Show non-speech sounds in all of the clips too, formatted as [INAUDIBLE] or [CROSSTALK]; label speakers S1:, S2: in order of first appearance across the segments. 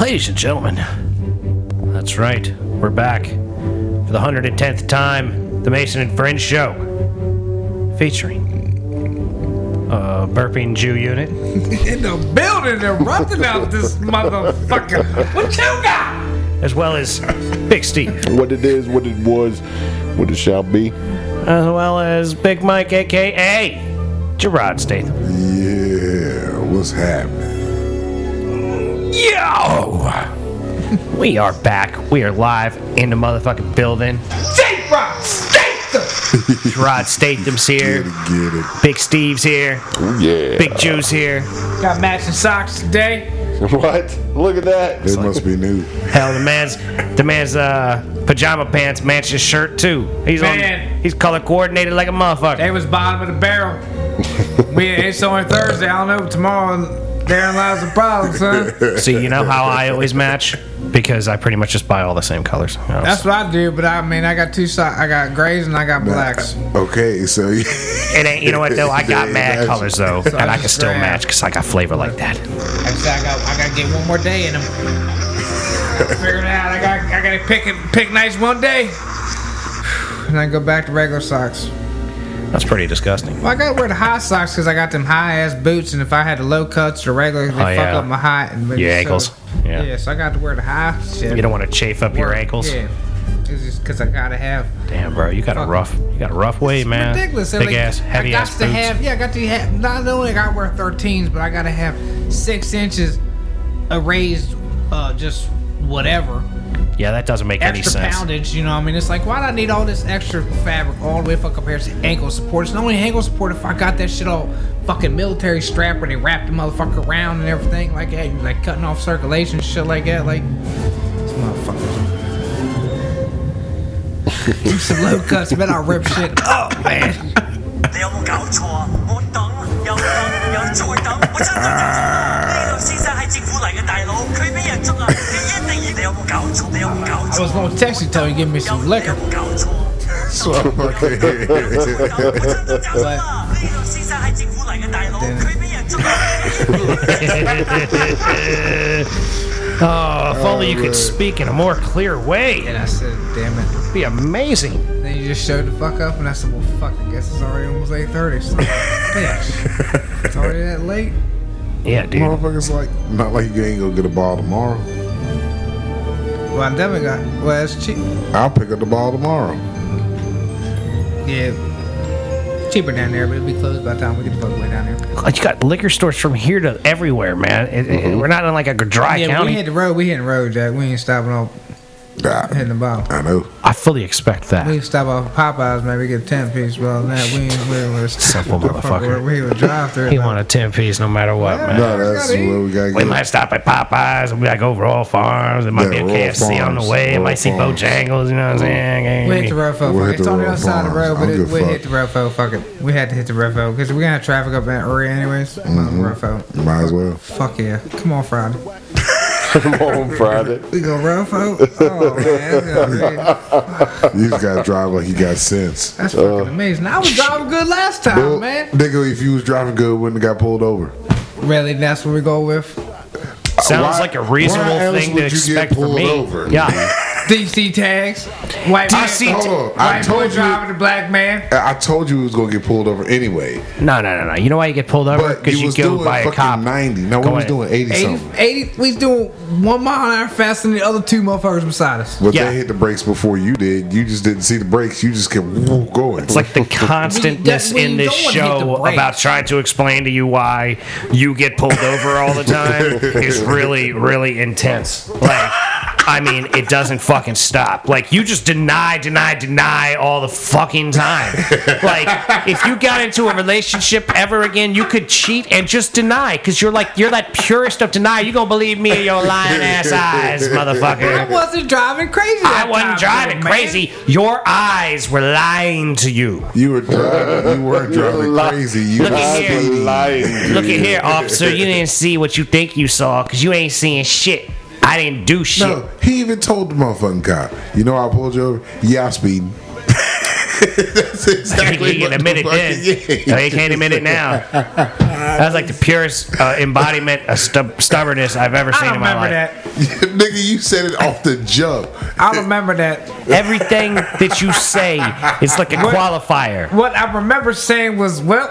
S1: Ladies and gentlemen, that's right, we're back for the 110th time, the Mason and Friends show, featuring uh, burping Jew unit.
S2: in the building and erupting out this motherfucker. What you got?
S1: As well as Big Steve,
S3: What it is, what it was, what it shall be.
S1: as well as Big Mike, aka Gerard Statham.
S4: Yeah, what's happening?
S1: Oh. Yo! We are back. We are live in the motherfucking building.
S2: J-Rock, Statham.
S1: Gerard Statham's
S4: Get
S1: here.
S4: it, get it.
S1: Big Steve's here.
S3: Yeah.
S1: Big Jew's here.
S2: Got matching socks today.
S3: [LAUGHS] What? Look at that.
S1: [LAUGHS]
S4: They must be new.
S1: Hell, the man's the man's uh, pajama pants match his shirt too. He's on.
S2: Man.
S1: He's color coordinated like a motherfucker.
S2: They was bottom of the barrel. We it's only Thursday. I don't know. Tomorrow, therein lies the problem, son.
S1: See, you know how I always match because I pretty much just buy all the same colors. You know,
S2: That's
S1: so
S2: what I do. But I mean, I got two socks. I got grays and I got blacks.
S4: [LAUGHS] Okay, so [LAUGHS] you
S1: it ain't. You know what though? I got [LAUGHS]
S4: They
S1: mad
S4: match.
S1: colors though,
S2: I
S1: and I
S2: just
S1: can still
S2: grab.
S1: match because I got flavor like that.
S2: Actually, I got I gotta get one more day in them. Figure it out. I got I gotta pick it, pick nice one day, and then go back to regular socks.
S1: That's pretty disgusting.
S2: Well, I gotta wear the high socks because I got them high ass boots, and if I had the low cuts or regular, they
S1: Oh,
S2: fuck
S1: yeah.
S2: up my high. And but
S1: Your
S2: so-
S1: ankles. Yeah.
S2: Yeah. so I got to wear the high shit.
S1: You don't want to chafe up your ankles.
S2: Yeah, it's just because I gotta have.
S1: Damn, bro, you got a
S2: Fuck.
S1: rough, you got a rough way, man.
S2: Ridiculous.
S1: Big ass, heavy
S2: I got
S1: ass
S2: to
S1: boots.
S2: have. Yeah, I got to have. Not only I gotta wear 13s, but I gotta have six inches of raised, uh, just whatever.
S1: yeah, that doesn't make any
S2: extra
S1: sense.
S2: poundage. You know, what I mean, it's like, why do I need all this extra fabric all the way fucking pairs to ankle support? It's not only ankle support if I got that shit all fucking military strap where they wrap the motherfucker around and everything like that, like cutting off circulation, shit like that. Like, this motherfucker. Do some low cuts, man. I'll rip shit up, man.
S5: 你有冇搞錯啊？我等又等又再等，我真係等唔住啦呢個先生係政府嚟嘅大佬，佢俾人捉啊！你一定要你有冇搞錯？你有冇搞
S2: I
S5: 錯？
S2: was gonna text you till you give me
S5: 有
S2: some
S5: 你有
S2: liquor.
S5: 冇搞錯？
S4: okay.
S5: 等我真係等啦！呢個先生係政府嚟嘅大佬，佢俾人捉啊！你一定要
S1: [LAUGHS] Oh, if only you could speak in a more clear way.
S2: And I said, damn it.
S1: It'd be amazing.
S2: Then you just showed the fuck up, and I said, well, fuck. I guess it's already almost 8:30. So, bitch, it's already that late.
S1: Yeah, dude.
S4: Motherfuckers like not like you ain't gonna get a ball tomorrow.
S2: Well, I definitely got. Well, it's cheap.
S4: I'll pick up the ball tomorrow.
S2: Yeah. Cheaper down there, but it'll be closed by the time we get the fuck way down there.
S1: Like, You got liquor stores from here to everywhere, man. It, it-
S4: Mm-hmm.
S1: we're not in like a dry
S2: yeah, we
S1: county.
S2: hit the road. We hitting the road, Jack. We ain't stopping off hitting the
S4: Nah,
S2: bottom.
S4: I know.
S1: I fully expect that.
S2: We stop off Popeyes, maybe get a ten piece. Well, that we ain't we ain't with
S1: Simple motherfucker.
S2: We would drive through.
S1: he want a ten piece no matter what,
S2: Yeah.
S1: man.
S4: No, that's
S2: gotta eat.
S4: what we gotta
S1: We
S4: get.
S1: might stop at Popeyes. We might go Royal Farms. There might
S4: Yeah,
S1: be a
S4: Royal
S1: KFC on the
S4: Farms.
S1: way.
S4: Royal
S1: might see
S4: Farms. Mm-hmm.
S1: Bojangles. You know what I'm saying?
S2: We hit the road, folk.
S4: We hit
S2: It's
S4: the
S2: on the
S4: road,
S2: other side of the
S4: farms.
S2: road,
S4: I
S2: but
S4: don't
S2: it,
S4: give a
S2: we
S4: fuck.
S2: hit the road, folk. Fuck it. We had to hit the road, folk, because we're gonna have traffic up in that area anyways.
S4: Mm-hmm.
S2: Road, folk.
S4: Might as well.
S2: Fuck yeah. Come on, Friday.
S3: Come on, Friday.
S2: We go road, folk. Oh man,
S4: [LAUGHS]
S2: that's gonna
S4: Uh.
S2: be-
S4: You just gotta drive like you got sense.
S2: That's fucking amazing. I was driving good last time,
S4: Well,
S2: man.
S4: Nigga, if you was driving good, wouldn't have got pulled over.
S2: Really, that's what we go with.
S1: Sounds
S4: Why-
S1: like a reasonable
S4: why else
S1: thing
S4: would
S1: to
S4: you get
S1: expect from
S4: pulled
S1: me.
S4: over?
S1: Yeah,
S2: DC tags, white man-
S1: DC
S2: white
S4: Hold on. I
S2: boy
S4: told you.
S2: driving the black man.
S4: I I told you he was gonna get pulled over anyway.
S1: no, no, no, no. You know why you get pulled over?
S4: But
S1: Because
S4: you
S1: you
S4: was
S1: go
S4: doing
S1: by a
S4: fucking
S1: cop.
S4: ninety. No, we
S1: Go
S4: was
S1: ahead.
S4: doing eighty
S2: 80,
S4: something.
S2: 80 we was doing one mile an hour faster than the other two motherfuckers beside us.
S4: But
S1: Yeah.
S4: they hit the brakes before you did. You just didn't see the brakes. You just kept woo- going.
S1: It's
S2: [LAUGHS]
S1: like the constantness
S2: we
S1: in this
S2: don't hit the
S1: show
S2: brakes.
S1: about trying to explain to you why you get pulled over all the time is really, really intense. Like, I mean, it doesn't fucking stop. Like, you just deny, deny, deny all the fucking time. Like, if you got into a relationship ever again, you could cheat and just deny because you're like, you're that purest of deny. You gonna believe me in your lying ass eyes,
S2: I
S1: motherfucker.
S2: wasn't driving crazy.
S1: I
S2: that
S1: wasn't
S2: time,
S1: driving
S2: though, man.
S1: crazy. Your eyes were lying to you.
S4: you were driving. You weren't driving
S3: lying.
S4: crazy. You
S1: Look
S4: were
S1: at here.
S4: speeding.
S3: lying.
S1: Look at here, officer. You didn't see what you think you saw because you ain't seeing shit. I didn't do shit. [LAUGHS]
S4: No, he even told the motherfucking cop. You know why I pulled you over? Yeah, I'm speeding. That's
S1: he
S4: exactly
S1: can
S4: what
S1: admit it
S4: the fuck-
S1: then.
S4: yeah.
S1: No, he can't admit it now. That's like the purest uh, embodiment of stu- stubbornness I've ever seen
S2: I
S1: in my
S2: remember
S1: life.
S2: that.
S4: [LAUGHS] Nigga, you said it off the
S3: [LAUGHS]
S4: jump.
S2: I remember that.
S1: Everything that you say
S2: [LAUGHS]
S1: is like a
S2: What-
S1: qualifier.
S2: What I remember saying was, well,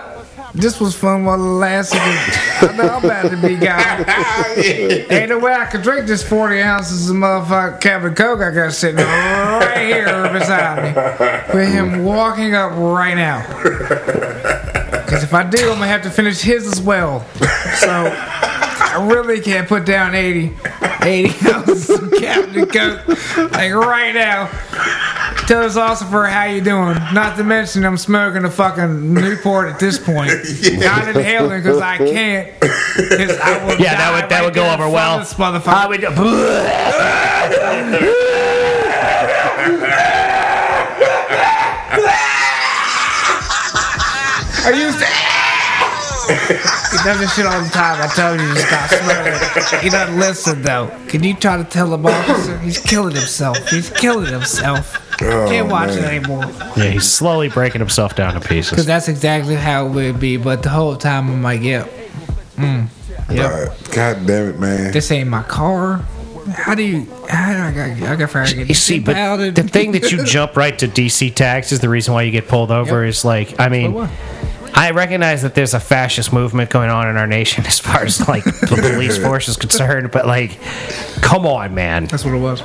S2: this was fun while it lasted. I know I'm about to
S1: [LAUGHS]
S2: be gone. Ain't no way I could drink this 40 ounces of motherfucking Captain Coke I got sitting right here beside me. With him walking up right now. Because if I do, I'm going to have to finish his as well. So I really can't put down 80, 80 [LAUGHS] ounces of Captain Coke like right now. Tell us also for how you doing. Not to mention I'm smoking a fucking Newport at this point. Not inhaling because I can't. 'Cause I will
S1: Yeah,
S2: die
S1: that would that
S2: right
S1: would go
S2: there in
S1: over
S2: front
S1: well.
S2: of This motherfucker.
S1: I would. [LAUGHS]
S2: I used to. He does this shit all the time. I told you to stop smoking. He doesn't listen though. Can you try to tell him officer? He's killing himself. He's killing himself.
S4: Oh,
S2: Can't watch it anymore.
S1: Yeah, he's slowly breaking himself down to
S2: Cause
S1: pieces.
S2: that's exactly how it would be. But the whole time I'm like, yep,
S4: Uh, God damn it, man.
S2: this ain't my car. How do you? How do I got? I got fired.
S1: You see, but the thing that
S2: [LAUGHS]
S1: you jump right to DC tax is the reason why you get pulled over.
S2: Yep.
S1: Is like, I mean.
S2: what?
S1: I recognize that there's a fascist movement going on in our nation [LAUGHS] as far as like the police force is concerned, but like, come on, man!
S2: That's what it was.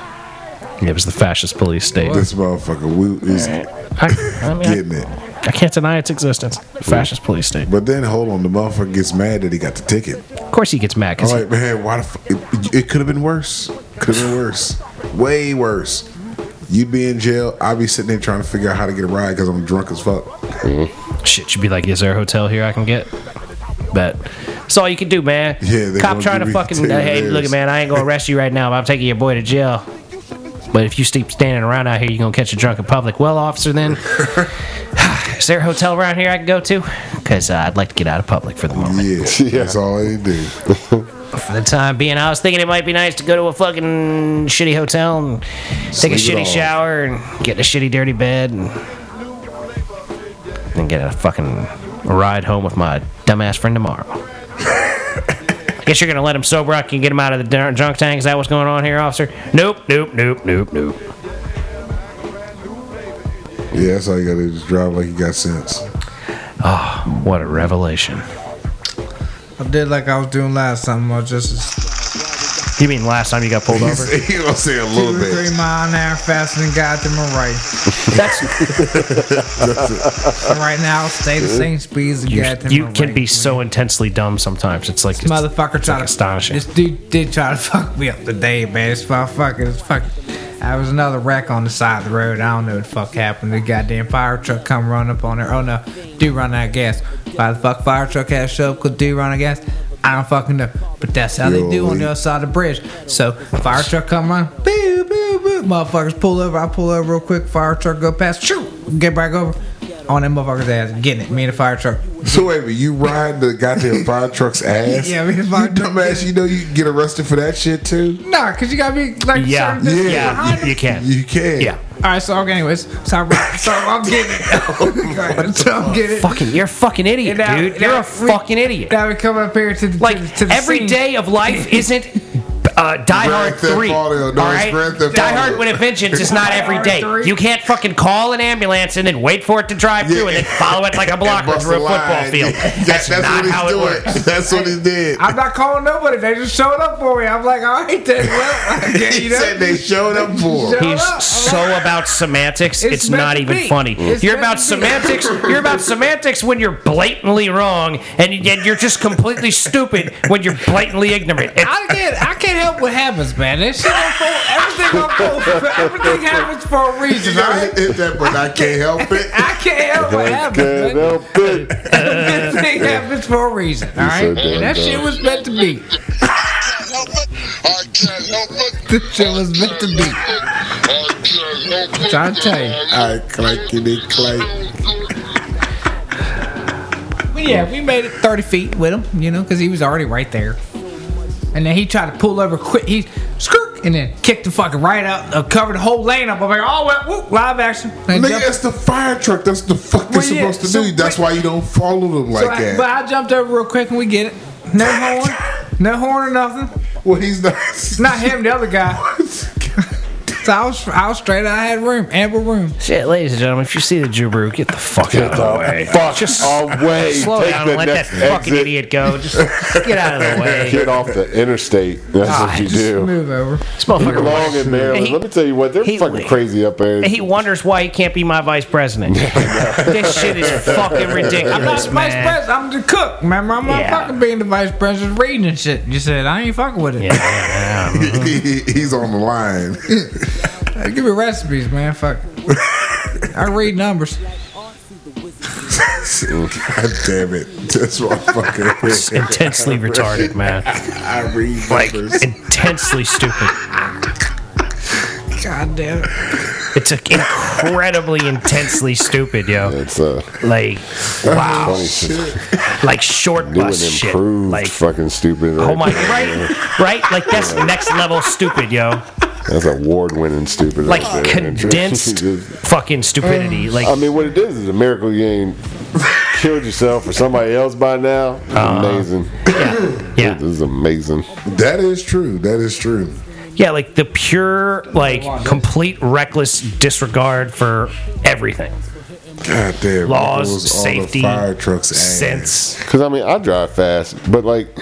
S1: It was the fascist police state.
S4: This motherfucker Woot is
S1: I, I mean, I-
S4: getting it.
S1: I can't deny its existence. Fascist police state.
S4: But then hold on, the motherfucker gets mad that he got the ticket.
S1: Of course he gets mad
S4: All
S1: because [LAUGHS]
S4: right, man, why the fuck? It, it could have been worse. Could have been worse. Way worse. You'd be in jail. I'd be sitting there trying to figure out how to get a ride because I'm drunk as fuck.
S1: shit should be like, is there a hotel here I can get? Bet. That's all you can do, man.
S4: Yeah, they
S1: Cop
S4: gonna
S1: trying
S4: give
S1: to
S4: you- [LAUGHS]
S1: fucking, uh,
S4: tell you
S1: hey,
S4: this.
S1: look, man, I ain't going to arrest you right now, but I'm taking your boy to jail. But if you keep standing around out here, you're going to catch a drunk in public. Well, officer,
S4: [LAUGHS]
S1: then, [SIGHS] is there a hotel around here I can go to? Because uh, I'd like to get out of public for the moment. [LAUGHS]
S4: Yeah, that's all they do.
S1: For the time being, I was thinking it might be nice to go to a fucking shitty hotel and take a
S4: Sleep it
S1: shitty
S4: off.
S1: shower and get in a shitty dirty bed and then get a fucking ride home with my dumbass friend
S4: [LAUGHS]
S1: tomorrow. Guess you're gonna let him sober up and get him out of the dar- drunk tank. Is that what's going on here, officer? Nope, nope, nope, nope, nope. [SIGHS]
S4: Yeah, that's all you gotta do. Just drive like you got [LAUGHS] sense.
S1: What a revelation.
S2: I did like I was doing last time. I was just
S1: You mean last time you got
S2: [LAUGHS]
S1: pulled over?
S4: you gonna say a
S2: two
S4: little
S2: or
S4: bit.
S2: three mile an hour faster than goddamn right.
S1: That's,
S2: And [LAUGHS] right now, I'll stay the same speed as
S1: you
S2: goddamn
S1: you can
S2: right.
S1: be so intensely dumb sometimes. It's like
S2: This
S1: it's-
S2: motherfucker tried to
S1: astonishing.
S2: This dude did try to [LAUGHS] fuck me up today, man. It's fuck, fuck, it's fuck. I was another wreck on the side of the road. I don't know what the fuck happened. The goddamn fire truck come run up on there. Oh no, dude run out of gas. Why the fuck fire truck has show up? Cause dude run out of gas. I don't fucking know. But that's how they
S4: Yo,
S2: do on the
S4: we-
S2: other side of the bridge. So fire truck come run. Boo, boo, boo. Motherfuckers pull over. I pull over real quick. Fire truck go past. Shoot, get back over. On that motherfucker's ass, getting it. Me and the fire truck.
S4: So wait, but you ride the goddamn fire
S1: [LAUGHS]
S4: truck's ass?
S2: Yeah, I mean,
S4: you
S2: it's fire truck-
S4: dumbass. You know you can get arrested for that shit too.
S2: Nah, cause you gotta be like
S1: yeah,
S2: certain distance
S1: yeah,
S2: behind
S1: you, you can.
S4: You can.
S1: Yeah.
S2: All right, so okay, anyways, so I'm, so I'm getting it. [LAUGHS] Alright, so I'm getting it.
S1: fucking you're a fucking idiot,
S2: And now-
S1: dude.
S2: now
S1: You're a
S2: we-
S1: fucking idiot.
S2: Now we come up here to the
S1: like
S2: to, the- to the
S1: every
S2: scene.
S1: day of
S2: [LAUGHS]
S1: life isn't uh, Die
S4: Grand
S1: Hard
S4: Theft
S1: Three.
S4: Auto. No,
S1: all
S4: it's
S1: right?
S4: Grand Theft
S1: Die
S4: Auto.
S1: Hard with a Vengeance is not
S2: Die
S1: every
S2: Hard
S1: day.
S2: 3.
S1: You can't fucking call an ambulance and then wait for it to drive through and then follow
S4: [LAUGHS]
S1: it like a blocker
S4: Bust
S1: through a
S4: a
S1: football
S4: line. [LAUGHS]
S1: field.
S4: That-
S1: that's, not how it works.
S4: [LAUGHS] That's what he did.
S2: I'm not calling nobody. They just showed up for me. I'm like, all right, then. Well, I guess,
S4: [LAUGHS] he
S2: you know,
S4: said they showed
S1: [LAUGHS]
S4: up for him.
S2: Shut
S1: He's
S2: up.
S1: so about semantics. It's,
S2: It's meant
S1: not
S2: to
S1: even
S2: be.
S1: funny.
S2: It's
S1: you're
S2: meant
S1: about
S2: to be.
S1: semantics. You're about semantics when you're blatantly wrong, and, and you're just completely stupid when you're blatantly ignorant. It's
S2: I can't. I can't help what happens, man. This shit unfold. Everything unfolds. Everything happens for a
S4: You
S2: reason. All
S4: gotta
S2: right?
S4: hit- hit that, but I can't help it.
S2: [LAUGHS] I can't help what
S3: I
S2: happens.
S3: can't
S2: Man.
S3: help it.
S2: Everything happens for a reason. All right,
S3: so damn
S2: and that shit
S3: dumb.
S2: was meant to be.
S6: help it. I can't help it.
S2: This shit was meant to be.
S6: I can't help it.
S2: Trying to tell you.
S4: I clankety clank.
S2: Well, yeah, we made it 30 feet with him, you know, because he was already right there. And then he tried to pull over quick. He, skirk, and then kicked the fucking right up, uh, covered the whole lane up. I'm like, oh well, whoop, live action. And I
S4: Nigga,
S2: jumped-
S4: that's the fire truck. That's the fuck they're
S2: Well, yeah,
S4: supposed
S2: so
S4: to do. That's
S2: wait-
S4: why you don't follow them like
S2: so I-
S4: that.
S2: but I jumped over real quick and we get it. No horn, no horn or nothing.
S4: well, he's
S2: [LAUGHS]
S4: not.
S2: Not him, the other
S4: [LAUGHS]
S2: guy. so I was, I was straight. I had room, ample room.
S1: Shit, ladies and gentlemen, if you see the Jubru, get the fuck out of the way.
S3: Fuck away.
S1: Slow
S3: Take
S1: down and let that
S3: next
S1: fucking
S3: exit.
S1: idiot go. Just get out of the way.
S3: [LAUGHS] Get off the interstate. That's what you
S1: Ah, just
S3: do.
S2: Move over.
S1: This motherfucker
S3: Long in Maryland.
S1: He-
S3: Let me tell you what, they're
S1: he-
S3: fucking crazy up there.
S1: And he wonders why he can't be my vice
S3: [LAUGHS]
S1: president. this shit is fucking ridiculous.
S2: I'm not the vice
S1: man.
S2: president. I'm the cook. Remember, I'm not
S1: Yeah.
S2: fucking being the vice president reading and shit. You said I ain't fucking with it.
S1: Yeah, yeah, yeah.
S4: he's on the line. [LAUGHS]
S2: Hey, Give me recipes, man. Fuck. I read numbers.
S4: God damn it. That's
S1: [LAUGHS]
S4: my fucking.
S1: Intensely retarded, man.
S4: I read
S1: Like,
S4: numbers.
S1: intensely stupid.
S2: God damn it.
S1: It's a, incredibly intensely stupid, yo.
S3: it's uh,
S1: Like, wow.
S3: funny.
S1: Like short
S3: New
S1: bus
S3: and
S1: shit.
S3: improved.
S1: Like,
S3: fucking stupid. Right
S1: oh my,
S3: there.
S1: right? Right? Like, that's next level stupid, yo.
S3: That's award-winning stupid.
S1: Like,
S3: right Um, there. [LAUGHS]
S1: condensed fucking stupidity. Like,
S3: I mean, what it is is a miracle you ain't killed yourself or somebody else by now. It's amazing.
S1: yeah. Yeah.
S3: This is amazing.
S4: That is true. That is true.
S1: Yeah, like the pure, like complete reckless disregard for everything.
S4: God damn.
S1: Laws,
S4: it was all the
S1: safety,
S4: fire trucks, ass.
S1: Sense. [LAUGHS]
S3: Because, I mean, I drive fast, but, like,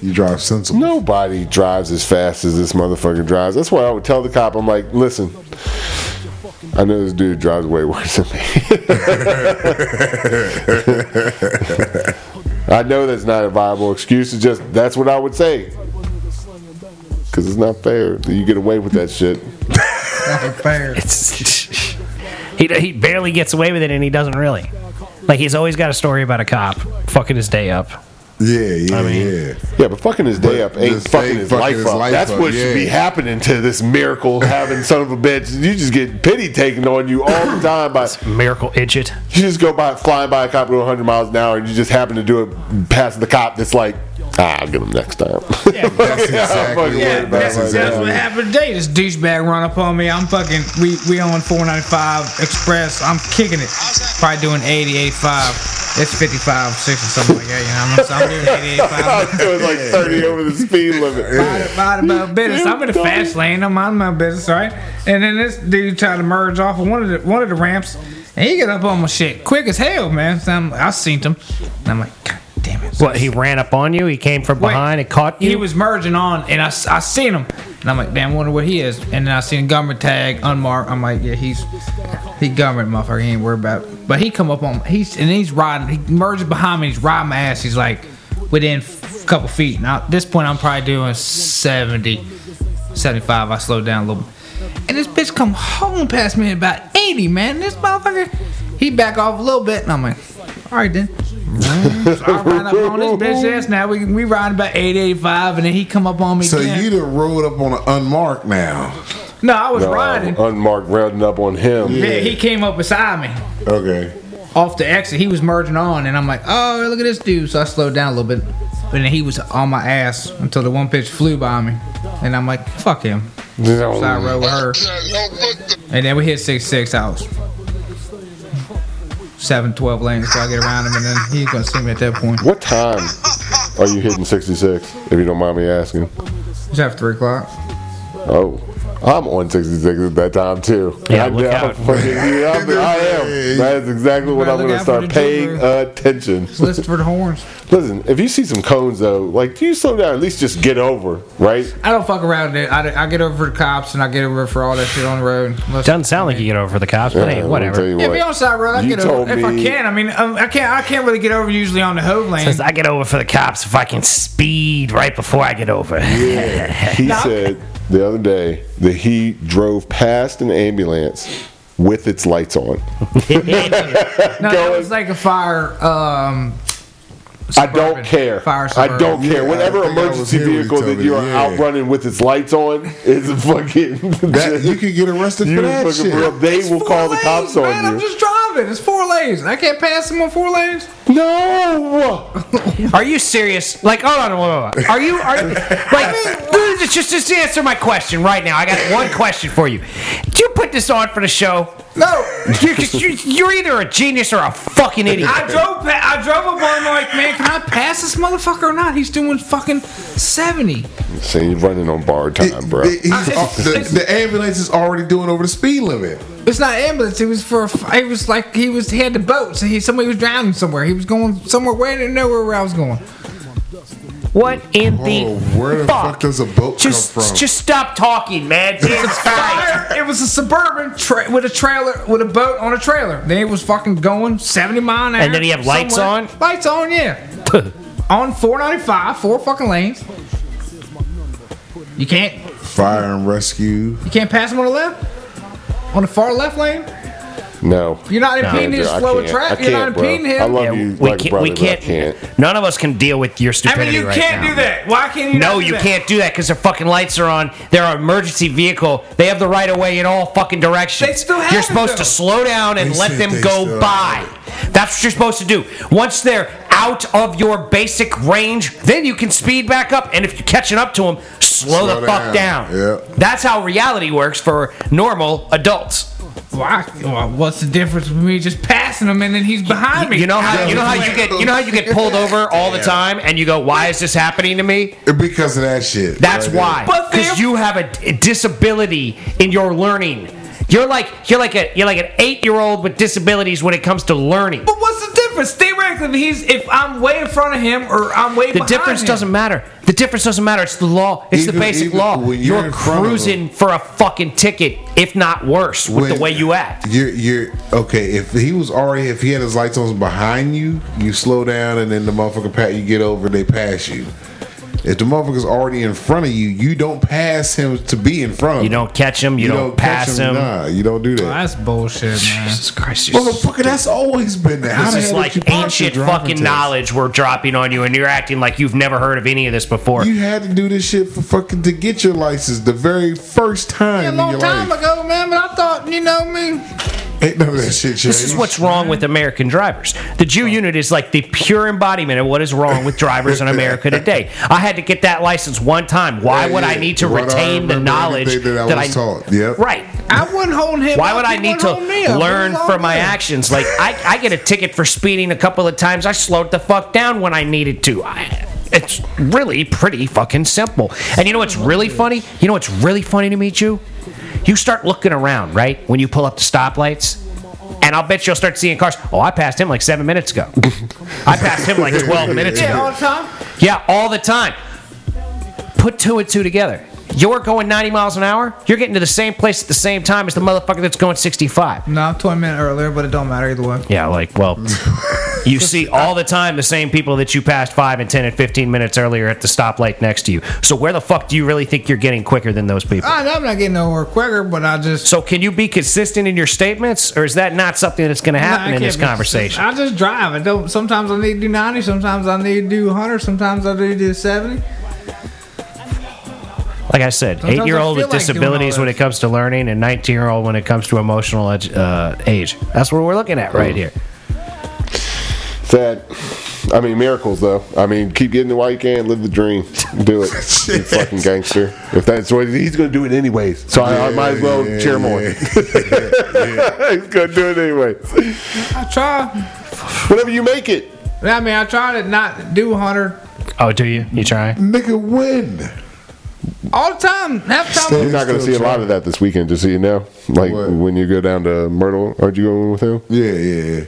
S4: You drive sensible.
S3: nobody drives as fast as this motherfucker drives. That's why I would tell the cop, I'm like, listen, I know this dude drives way worse than me. [LAUGHS] I know that's not a viable excuse. It's just, that's what I would say. Because it's not fair that you get away with that shit.
S2: Fucking fair.
S1: It's he he barely gets away with it, and he doesn't really. Like he's always got a story about a cop fucking his day up.
S4: Yeah, yeah,
S1: mean-
S4: yeah.
S3: Yeah, but fucking his day
S4: But
S3: up ain't
S4: this
S3: fucking
S4: ain't
S3: his
S4: fucking
S3: life
S4: his
S3: up.
S4: life
S3: That's
S4: up,
S3: what should be
S4: yeah.
S3: happening to this miracle having son of a bitch. You just get pity taken on you all the time by
S1: Miracle idiot.
S3: you just go by flying by a cop doing 100 miles an hour and you just happen to do it past the cop that's like, ah, I'll get him next time. [LAUGHS] Yeah,
S4: That's exactly
S2: Yeah,
S4: what
S2: that's,
S4: that's like
S2: that's what
S4: that.
S2: happened today. This douchebag run up on me. I'm fucking, we, we on 495 Express. I'm kicking it. Probably doing 80, 85. It's 55, 6 or something like that. You know what I'm saying? So I'm doing 80, 85.
S3: it was like 30 over the speed limit.
S2: Mind- mind my business. I'm in the fast lane. I'm minding my business, right? And then this dude tried to merge off of one of the one of the ramps, and he got up on my shit quick as hell, man. So I'm, I seen him, and I'm like, God damn it!
S1: What he ran up on you. He came from
S2: Wait,
S1: behind and caught you.
S2: He was merging on, and I, s- I seen him, and I'm like, damn, wonder what he is. And then I seen a government tag unmarked. I'm like, yeah, he's he government motherfucker. He ain't worried about. It. But he come up on he's and he's riding. He merges behind me. He's riding my ass. He's like within a couple feet. Now at this point, I'm probably doing 70, 75. I slowed down a little. And this bitch come home past me at about 80, man. This motherfucker, he back off a little bit, and I'm like, all right then. [LAUGHS] So I ride up on this bitch ass now. We we ride about 885 and then he come up on me
S4: So
S2: again.
S4: you done rode up on an unmarked now.
S2: no, I was
S3: No,
S2: riding.
S3: unmarked rounding up on him.
S2: yeah, he came up beside me.
S4: Okay.
S2: off the exit. He was merging on, and I'm like, oh, look at this dude. So I slowed down a little bit, and then he was on my ass until the one pitch flew by me, and I'm like, fuck him. So I rode with her,
S6: Can't help but to
S2: and then we hit six six hours. Seven, twelve lanes, so I get around him, and then he's gonna see me at that point.
S3: What time are you hitting 66, if you don't mind me asking?
S2: It's after three o'clock.
S3: Oh, I'm on 66 at that time too.
S1: Yeah,
S3: I,
S1: look
S3: know. [LAUGHS]
S1: out.
S3: Fucking- yeah, I'm- I
S4: [LAUGHS]
S3: am. That is exactly what
S2: better look
S3: I'm going
S2: out for
S3: to
S2: the
S3: start paying attention.
S2: Listen for the horns.
S3: Listen, if you see some cones though, like you slow down, at least just get over, right?
S2: I don't fuck around. Dude. I, I get over for the cops, and I get over for all that shit on the road. Listen.
S1: Doesn't sound like you get over the cops, but hey,
S3: Uh, let me tell
S1: whatever.
S3: you
S2: Yeah, if
S3: what.
S2: you're on side road, I
S3: You
S2: get over
S3: told
S2: if I
S3: me-
S2: can. I mean, um, I can't. I can't really get over usually on the hove lane.
S1: Says I get over for the cops if I can speed right before I get over.
S3: He said the other day that he drove past an ambulance with its lights on.
S2: No,
S3: going-
S2: that was like a fire. Um,
S3: I don't
S2: Suburban.
S3: care.
S2: Fire
S3: I don't
S2: suburban.
S3: care.
S4: Yeah, I
S3: Whatever
S4: think I was
S3: emergency
S4: here when you
S3: vehicle
S4: told
S3: that
S4: me
S3: you
S4: that,
S3: are
S4: yeah.
S3: out running with its lights on is a fucking.
S4: That, you could get arrested
S3: You
S4: for that
S3: fucking
S4: shit.
S3: real- They will
S2: four
S3: call the
S2: lanes,
S3: cops
S2: man,
S3: on
S2: I'm
S3: you.
S2: just driving. It's four lanes. I can't pass them on four lanes.
S3: No.
S2: [LAUGHS]
S1: [LAUGHS] Are you serious? Like, hold on, hold on, hold on. Are you? Are you, like? just, just just answer my question right now. I got one question for you. Did you put this on for the show?
S4: No.
S1: [LAUGHS] You, 'cause you, you're either a genius or a fucking idiot.
S2: I drove. Pa- I drove up on like, man, can I pass this motherfucker or not? He's doing fucking seventy.
S3: See, you're running on borrowed time, bro.
S4: The, he's- the- the ambulance is already doing over the speed limit.
S2: It's not ambulance. It was for. a f- It was like he was. He had the boat. So he somebody was drowning somewhere. He was going somewhere. Where I didn't know where I was going.
S1: What in the
S4: Oh, where the fuck does a boat come
S1: just,
S4: from?
S1: Just stop talking, man. Jesus Christ.
S2: Fire. It was a suburban tra- with a trailer with a boat on a trailer. They was fucking going seventy mile an hour.
S1: And then he have lights
S2: somewhere.
S1: on?
S2: Lights on, yeah.
S1: [LAUGHS]
S2: on four ninety five, four fucking lanes. You can't.
S4: Fire and rescue.
S2: You can't pass him on the left. On the far left lane.
S3: No.
S2: You're not impeding
S3: Andrew,
S2: his
S3: I
S2: flow of
S3: can't.
S2: traffic.
S3: I
S2: You're not
S3: can't, bro.
S2: impeding
S3: I
S2: him.
S3: love
S1: Yeah,
S3: you
S1: we
S3: like a
S1: can't,
S3: brother,
S1: we
S3: but I
S1: can't,
S3: can't.
S1: None of us can deal with your
S2: I
S1: stupidity
S2: mean, you
S1: right
S2: can't
S1: now.
S2: do that. Why can't you?
S1: No,
S2: not do
S1: you
S2: that?
S1: can't do that because their fucking lights are on. They're an emergency vehicle. They have the right of way in all fucking directions.
S2: They still have
S1: you're
S2: it,
S1: supposed
S2: though.
S1: to slow down and
S4: They
S1: let
S4: said
S1: them
S4: they
S1: go
S4: still
S1: by. That's what you're supposed to do. Once they're out of your basic range, then you can speed back up. And if you're catching up to them, slow,
S4: Slow
S1: the fuck
S4: down.
S1: down.
S4: Yeah.
S1: That's how reality works for normal adults.
S2: Why? Well, what's the difference between me just passing him and then he's behind me?
S1: You know how
S4: Yeah,
S1: you know how you get you know how you get pulled over all the time, and you go, "Why is this happening to me?"
S4: Because of that shit.
S1: That's
S4: Right there.
S1: why.
S2: But
S1: Because
S2: they're-
S1: you have a d- disability in your learning. You're like you're like a you're like an eight year old with disabilities when it comes to learning.
S2: But what's the difference? Theoretically, if he's if I'm way in front of him or I'm way
S1: The
S2: behind
S1: difference
S2: him.
S1: doesn't matter. The difference doesn't matter. It's the law. It's the
S4: Even-
S1: basic
S4: even
S1: law.
S4: when you're
S1: You're
S4: in front of
S1: cruising for a fucking ticket, if not worse, with the
S4: When
S1: way you act.
S4: You're, you're okay. If he was already, if he had his lights on behind you, you slow down, and then the motherfucker pat you get over, they pass you. If the motherfucker's already in front of you, you don't pass him to be in front of
S1: You don't catch him. You, don't,
S4: catch
S1: pass him.
S4: Nah, you don't do that.
S2: That's bullshit, man.
S1: Jesus Christ! you're so-
S4: Motherfucker, that's always been that. How
S1: This
S4: the
S1: is
S4: hell did you
S1: like
S4: pass your
S1: ancient
S4: driving
S1: fucking
S4: test?
S1: knowledge we're dropping on you, and you're acting like you've never heard of any of this before.
S4: You had to do this shit for fucking to get your license the very first time.
S2: A
S4: in
S2: long
S4: your
S2: time
S4: life.
S2: ago, man. But I thought, you know me.
S4: Ain't none of that shit.
S1: This is what's wrong with American drivers. The Jew unit is like the pure embodiment of what is wrong with drivers in America
S4: [LAUGHS]
S1: today. I had to get that license one time. Why
S4: Yeah,
S1: would I
S4: yeah.
S1: need to
S4: Why do I
S1: retain the
S4: remember
S1: knowledge
S4: anything that I was taught? Yep.
S1: Right.
S2: I wouldn't hold him.
S1: Why
S2: up.
S1: would I
S2: He
S1: need
S2: wouldn't
S1: to
S2: hold me up.
S1: learn
S2: He wouldn't
S1: from
S2: hold
S1: my
S2: me up.
S1: actions? Like I, I get a ticket for speeding a couple of times. I slowed the fuck down when I needed to. I, it's really pretty fucking simple. And you know what's really funny? You know what's really funny to me, Jew? You start looking around, right? When you pull up to stoplights. And I'll bet you'll start seeing cars. Oh, I passed him like seven minutes ago. [LAUGHS] I passed him like 12 minutes ago.
S2: Yeah, all the time.
S1: Yeah, all the time. Put two and two together. You're going 90 miles an hour. You're getting to the same place at the same time as the motherfucker that's going 65.
S2: No, I'm 20 minutes earlier, but it don't matter either way.
S1: Yeah, like,
S2: [LAUGHS]
S1: well, you see all the time the same people that you passed 5 and 10 and 15 minutes earlier at the stoplight next to you. So where the fuck do you really think you're getting quicker than those people?
S2: I, Ah, I'm not getting nowhere quicker, but I just.
S1: So can you be consistent in your statements or is that not something that's going to
S2: I
S1: happen in
S2: can't
S1: this
S2: be-
S1: conversation?
S2: I just drive. I don't. Sometimes I need to do 90. Sometimes I need to do 100. Sometimes I need to do 70.
S1: Like I said,
S2: Sometimes I
S1: eight year old
S2: feel
S1: with
S2: like doing all
S1: disabilities when it
S2: this.
S1: comes to learning, and 19 year old when it comes to emotional ed- uh, age. That's what we're looking at right here.
S3: Sad. I mean, miracles, though. I mean, keep getting it while you can. Live the dream. Do it. you fucking gangster. If that's what he's going to do it anyways. So I, I might as well
S4: Yeah,
S3: cheer him on. [LAUGHS] he's going to do it anyway.
S2: I try.
S3: Whatever you make it.
S2: I mean, I try to not do 100
S1: Oh, do you? You try?
S4: Nigga, when?
S2: all the time. Half the
S1: [LAUGHS]
S2: time.
S3: You're not going to see a lot of that this weekend, just so you know. Like
S4: What?
S3: when you go down to Myrtle, aren't you going with him?
S4: Yeah, yeah, yeah.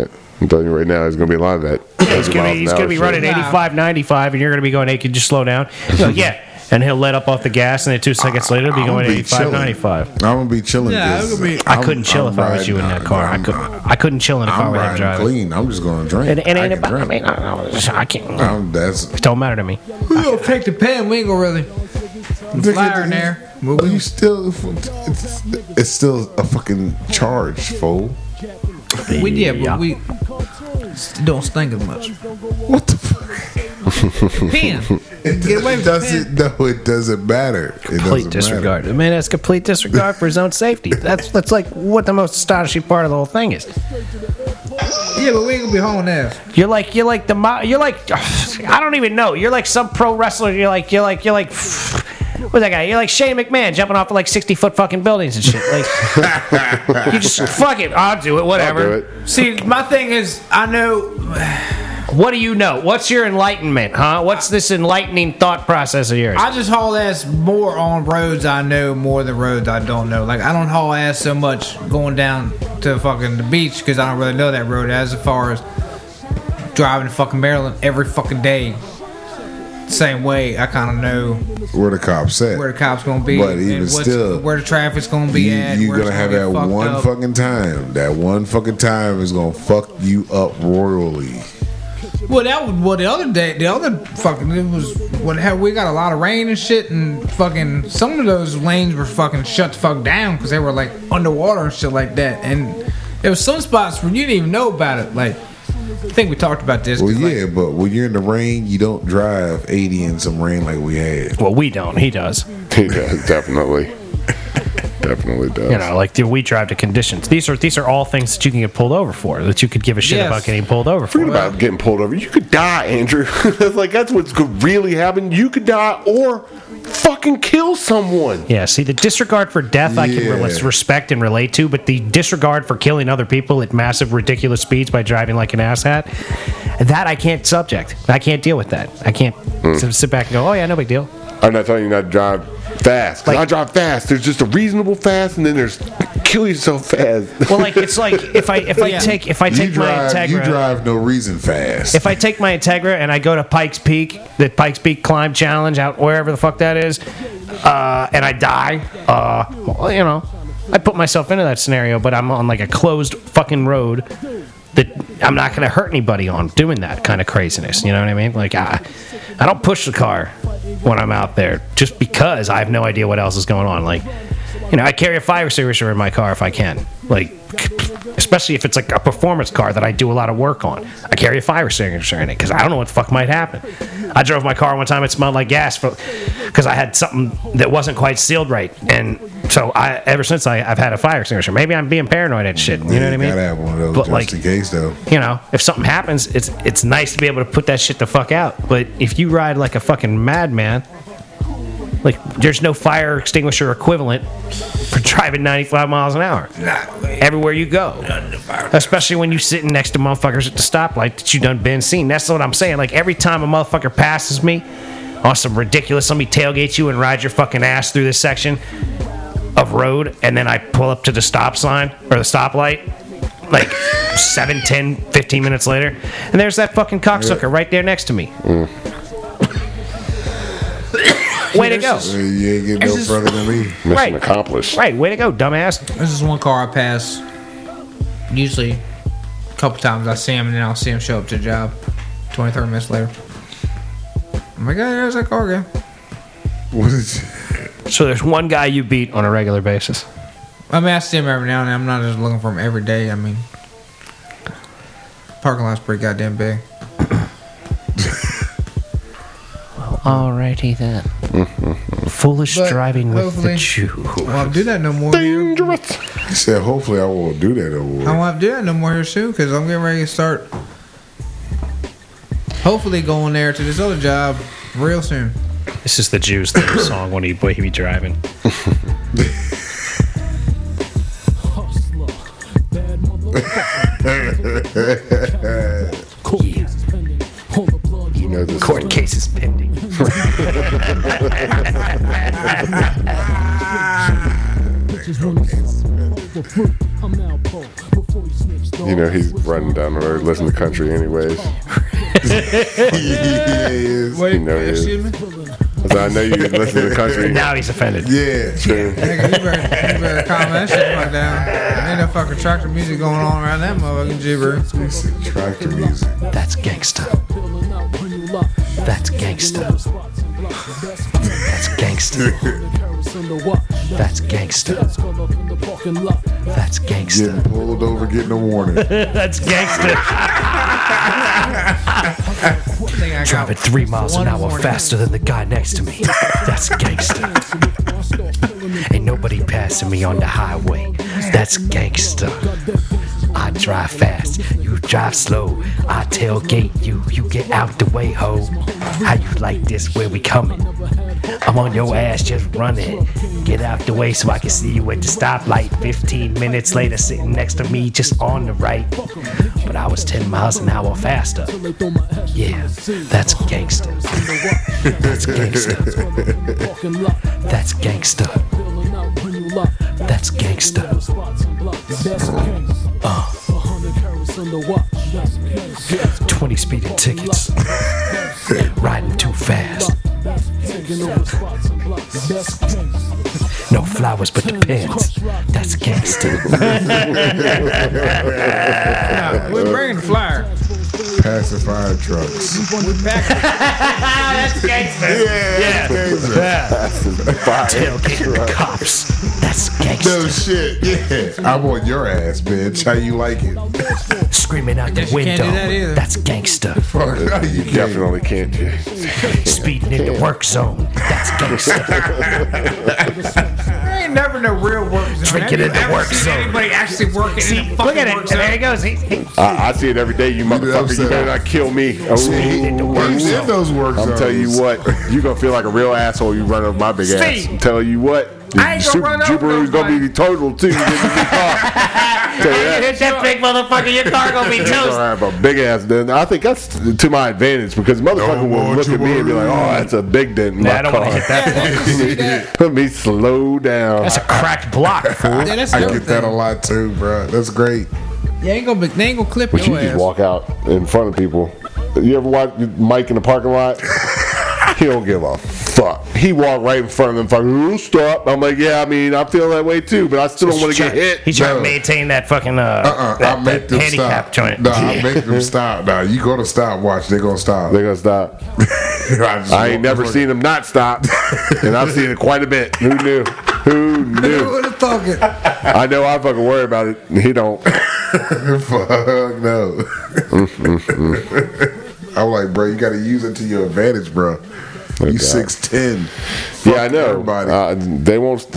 S3: Yeah. I'm telling you right now, there's going to be a lot of that.
S1: He's gonna, he's gonna be running
S2: Nah.
S1: 85, 95, and you're gonna be going, hey, could you slow down? He's like, yeah. And he'll let up off the gas, and then two seconds later, he'll be
S4: I'm
S1: going
S4: gonna be
S1: 85,
S4: chilling.
S1: 95.
S4: I'm gonna be chilling.
S2: Yeah,
S4: this.
S2: I'm gonna be-
S1: I
S4: I'm-
S1: couldn't chill
S4: I'm
S1: if I was
S4: riding-
S1: you in that car. I
S4: I'm-
S1: could. I couldn't chill in a car
S4: I'm
S1: with him
S4: riding
S1: driving.
S4: clean. I'm just gonna drink.
S1: It, it
S4: I
S1: ain't
S4: can
S1: about. I
S4: drink.
S1: mean, I don't know. I can't.
S4: I'm, that's
S1: It don't matter to me.
S2: We gonna take the pen. We ain't gonna really. Flyer in there.
S4: But you still, it's, it's still a fucking charge, fool.
S2: We yeah, but we don't stink as much.
S4: What the
S2: [LAUGHS]
S4: fuck?
S2: Pen.
S4: It,
S2: Get
S4: [LAUGHS]
S2: away
S4: it
S2: with
S4: doesn't. No, it doesn't matter. It
S1: Complete
S4: doesn't
S1: disregard. I mean, that's complete disregard for his own safety. That's that's like what the most astonishing part of the whole thing is.
S2: Yeah, but we ain't gonna be home now.
S1: You're like you're like the mo- you're like I don't even know. You're like some pro wrestler. You're like you're like you're like What's that guy? You're like Shane McMahon jumping off of like 60 foot fucking buildings and shit. Like, you just fuck it. I'll do it. Whatever.
S3: do it.
S2: See, my thing is, I know
S1: What do you know? What's your enlightenment, huh? What's this enlightening thought process of yours?
S2: I just haul ass more on roads I know more than roads I don't know. Like I don't haul ass so much going down to fucking the beach because I don't really know that road as far as driving to fucking Maryland every fucking day. Same way, I kind of know
S4: Where the cops at?
S2: where the cops gonna be,
S4: But
S2: and
S4: even
S2: what's-
S4: still,
S2: where the traffic's gonna be
S4: you,
S2: at.
S4: you're
S2: where it's
S4: gonna have
S2: get
S4: that
S2: fucked
S4: one
S2: up.
S4: fucking time. That one fucking time is gonna fuck you up royally.
S2: Well, that was well the other day. The other fucking it was what the hell we got a lot of rain and shit, and fucking some of those lanes were fucking shut the fuck down because they were like underwater and shit like that. And there was some spots where you didn't even know about it. Like I think we talked about this.
S4: Well,
S2: 'cause, like,
S4: yeah, but when you're in the rain, you don't drive 80 in some rain like we had.
S1: well, we don't. He does.
S3: [LAUGHS] He does, definitely. [LAUGHS] definitely does.
S1: You know, like the, we drive to conditions. These are these are all things that you can get pulled over for. That you could give a shit
S2: Yes.
S1: about getting pulled over for.
S3: Forget about getting pulled over. You could die, Andrew. [LAUGHS] that's like that's what's could really happen. You could die or fucking kill someone.
S1: Yeah, see, the disregard for death I can
S4: Yeah.
S1: re- respect and relate to, but the disregard for killing other people at massive, ridiculous speeds by driving like an asshat, that I can't subject. I can't deal with that. I can't
S4: Hmm.
S1: s- sit back and go, oh, yeah, no big deal.
S3: I'm not telling you not to drive fast. 'cause
S1: Like-
S3: I drive fast. There's just a reasonable fast, and then there's [LAUGHS] kill yourself fast. [LAUGHS]
S1: Well, like, it's like if I if I
S2: Yeah.
S1: take if I
S4: You
S1: take my
S4: drive,
S1: Integra.
S4: you drive no reason fast.
S1: if I take my Integra and I go to Pikes Peak, the Pikes Peak Climb Challenge, out wherever the fuck that is, uh, and I die, uh, well, you know, I put myself into that scenario, but I'm on like a closed fucking road that I'm not gonna hurt anybody on doing that kind of craziness. You know what I mean? Like I, I don't push the car when I'm out there just because I have no idea what else is going on. Like, you know, I carry a fire extinguisher in my car if I can. Like, especially if it's like a performance car that I do a lot of work on. I carry a fire extinguisher in it because I don't know what the fuck might happen. I drove my car one time; it smelled like gas because I had something that wasn't quite sealed right, and so I ever since I, I've had a fire extinguisher. Maybe I'm being paranoid and shit. You know what I mean?
S4: Gotta have one of those
S1: But,
S4: just
S1: like,
S4: in case, though.
S1: you know, if something happens, it's it's nice to be able to put that shit the fuck out. But if you ride like a fucking madman, like there's no fire extinguisher equivalent for driving 95 miles an hour everywhere you go. Especially when you sitting next to motherfuckers at the stoplight that you done been seen. That's what I'm saying. Like every time a motherfucker passes me on some ridiculous, let me tailgate you and ride your fucking ass through this section of road, and then I pull up to the stop sign or the stoplight. Like 7, 10, 15 minutes later, and there's that fucking cocksucker right there next to me. Way to go.
S4: Uh, You ain't getting
S2: It's
S4: no
S2: just-
S4: further than me. [LAUGHS]
S3: Mission
S1: Right.
S3: accomplished.
S1: Right, way to go, dumbass.
S2: This is one car I pass. Usually, a couple times I see him, and then I'll see him show up to the job 20, 30 minutes later. I'm like, yeah, there's that car again.
S4: What is
S1: So there's one guy you beat on a regular basis.
S2: I mean, I see him every now and then. I'm not just looking for him every day. I mean, parking lot's pretty goddamn big.
S1: Alrighty then. Foolish
S2: But
S1: driving with
S2: hopefully-
S1: the Jew.
S2: I won't have to do that no more. Here.
S3: Dangerous.
S4: He said, hopefully I won't do that no
S2: I
S4: more.
S2: won't have to do that no more here soon because I'm getting ready to start. Hopefully, going there to this other job real soon.
S1: This is the Jew's [COUGHS] theme song when he, when he be driving.
S3: You know
S1: [LAUGHS]
S3: this.
S1: Court case is pending.
S3: You know he's running down the road, listening to country
S1: [LAUGHS]
S3: anyways.
S4: Yes.
S2: Wait,
S3: You know it is.
S2: excuse me.
S3: So I know you listen
S1: [LAUGHS]
S3: to country.
S1: Now he's offended.
S4: Yeah. [LAUGHS]
S3: too.
S2: Nigga, you better, you better calm that shit fuck down. Ain't no fucking tractor music going on around that motherfucking jibber.
S4: He said, tractor music.
S1: That's gangsta. That's gangsta. That's gangsta. That's gangsta. That's
S4: Getting
S1: gangsta.
S4: pulled over, getting a warning.
S1: [LAUGHS] That's gangsta.
S2: Think I
S1: Driving
S2: got
S1: three miles an
S2: one
S1: hour
S2: warning.
S1: faster than the guy next to
S2: [LAUGHS]
S1: me. That's gangsta. Ain't nobody passing me on the highway. That's gangsta. I drive fast, you drive slow. I tailgate you, you get out the way, ho. How you like this? Where we coming? I'm on your ass, just run it. Get out the way so I can see you at the stoplight. 15 minutes later, sitting next to me, just on the right. But I was 10 miles an hour faster. Yeah, that's gangster. That's gangster. That's gangster. That's gangster. Uh. 20 speeding tickets. [LAUGHS] Riding too fast. No flowers but the pants. That's gangster.
S2: Nah, we're bringing the flyer.
S4: Pacifier trucks.
S2: We're [LAUGHS] back.
S1: That's gangster. Yeah. [LAUGHS]
S3: Fire.
S1: Tailgating the cops. That's gangster.
S4: No shit. Yeah. I want your ass, bitch. How you like it?
S1: Screaming out the
S2: guess you can't
S1: window.
S2: do that either.
S1: That's gangster.
S4: Fuck. no, you can't.
S3: Definitely can't do
S1: Speeding in the work zone. That's gangster.
S2: There ain't never no real work zone.
S1: Drink it
S2: Have
S1: in the
S2: you ever
S1: work
S2: seen
S1: zone.
S2: Anybody actually working in the fucking work zone?
S1: goes. He, he,
S3: I, I see it every day, you motherfucker. You
S4: upset.
S3: better not kill me. Oh,
S4: He
S1: did the work
S4: he did
S1: zone.
S4: those work
S3: I'm
S4: zones.
S3: telling you what, you gonna feel like a real asshole. You run over my big ass.
S1: Steve.
S3: I'm telling you what,
S2: I ain't gonna
S3: Super
S2: run over
S3: Jupiter is gonna
S2: nobody.
S3: be total too. You didn't
S1: [LAUGHS]
S3: even talk. Tell you that.
S1: that big motherfucker, your car gonna be
S3: That's gonna have a big ass dent. I think that's to my advantage because motherfucker
S4: Don't
S3: will
S4: want
S3: look at
S4: you
S3: me and be like, "Oh, that's a big dent in
S1: Nah,
S3: my
S1: I don't
S3: car."
S1: wanna hit that
S2: Yeah, they can see
S3: [LAUGHS]
S2: that.
S3: Let me slow down.
S1: That's a cracked block, fool.
S2: Yeah, that's
S4: I
S2: another
S4: get that a
S2: thing.
S4: lot too, bro. That's great.
S2: You ain't gonna, be- they ain't gonna clip
S3: But you
S2: your
S3: just
S2: ass.
S3: walk out in front of people. You ever watch Mike in the parking
S1: [LAUGHS]
S3: lot? he don't give a fuck. He walked right in front of them. Fucking "Ooh, stop. I'm like, yeah. I mean, I feel that way too, but I still don't want to get hit.
S1: He's trying
S4: No.
S1: to maintain that fucking uh,
S4: Uh-uh,
S1: that,
S4: I make
S1: that
S4: them
S1: handicap
S4: stop.
S1: joint. [LAUGHS]
S4: Nah, I make them stop. Nah, you gonna stop? Watch, they
S3: [LAUGHS]
S4: gonna stop.
S3: They're
S1: [LAUGHS]
S3: gonna stop. I ain't never seen him not stop, and I've seen it quite a bit. Who
S1: [LAUGHS]
S3: knew? Who knew?
S2: Who the fuck it?
S3: I know I fucking worry about it. and He don't.
S4: [LAUGHS] Fuck no.
S3: Mm-hmm.
S4: I'm like, bro, you got to use it to your advantage, bro.
S3: Oh,
S4: You six ten.
S3: Yeah, I know.
S4: Everybody.
S3: Uh, they won't. [LAUGHS]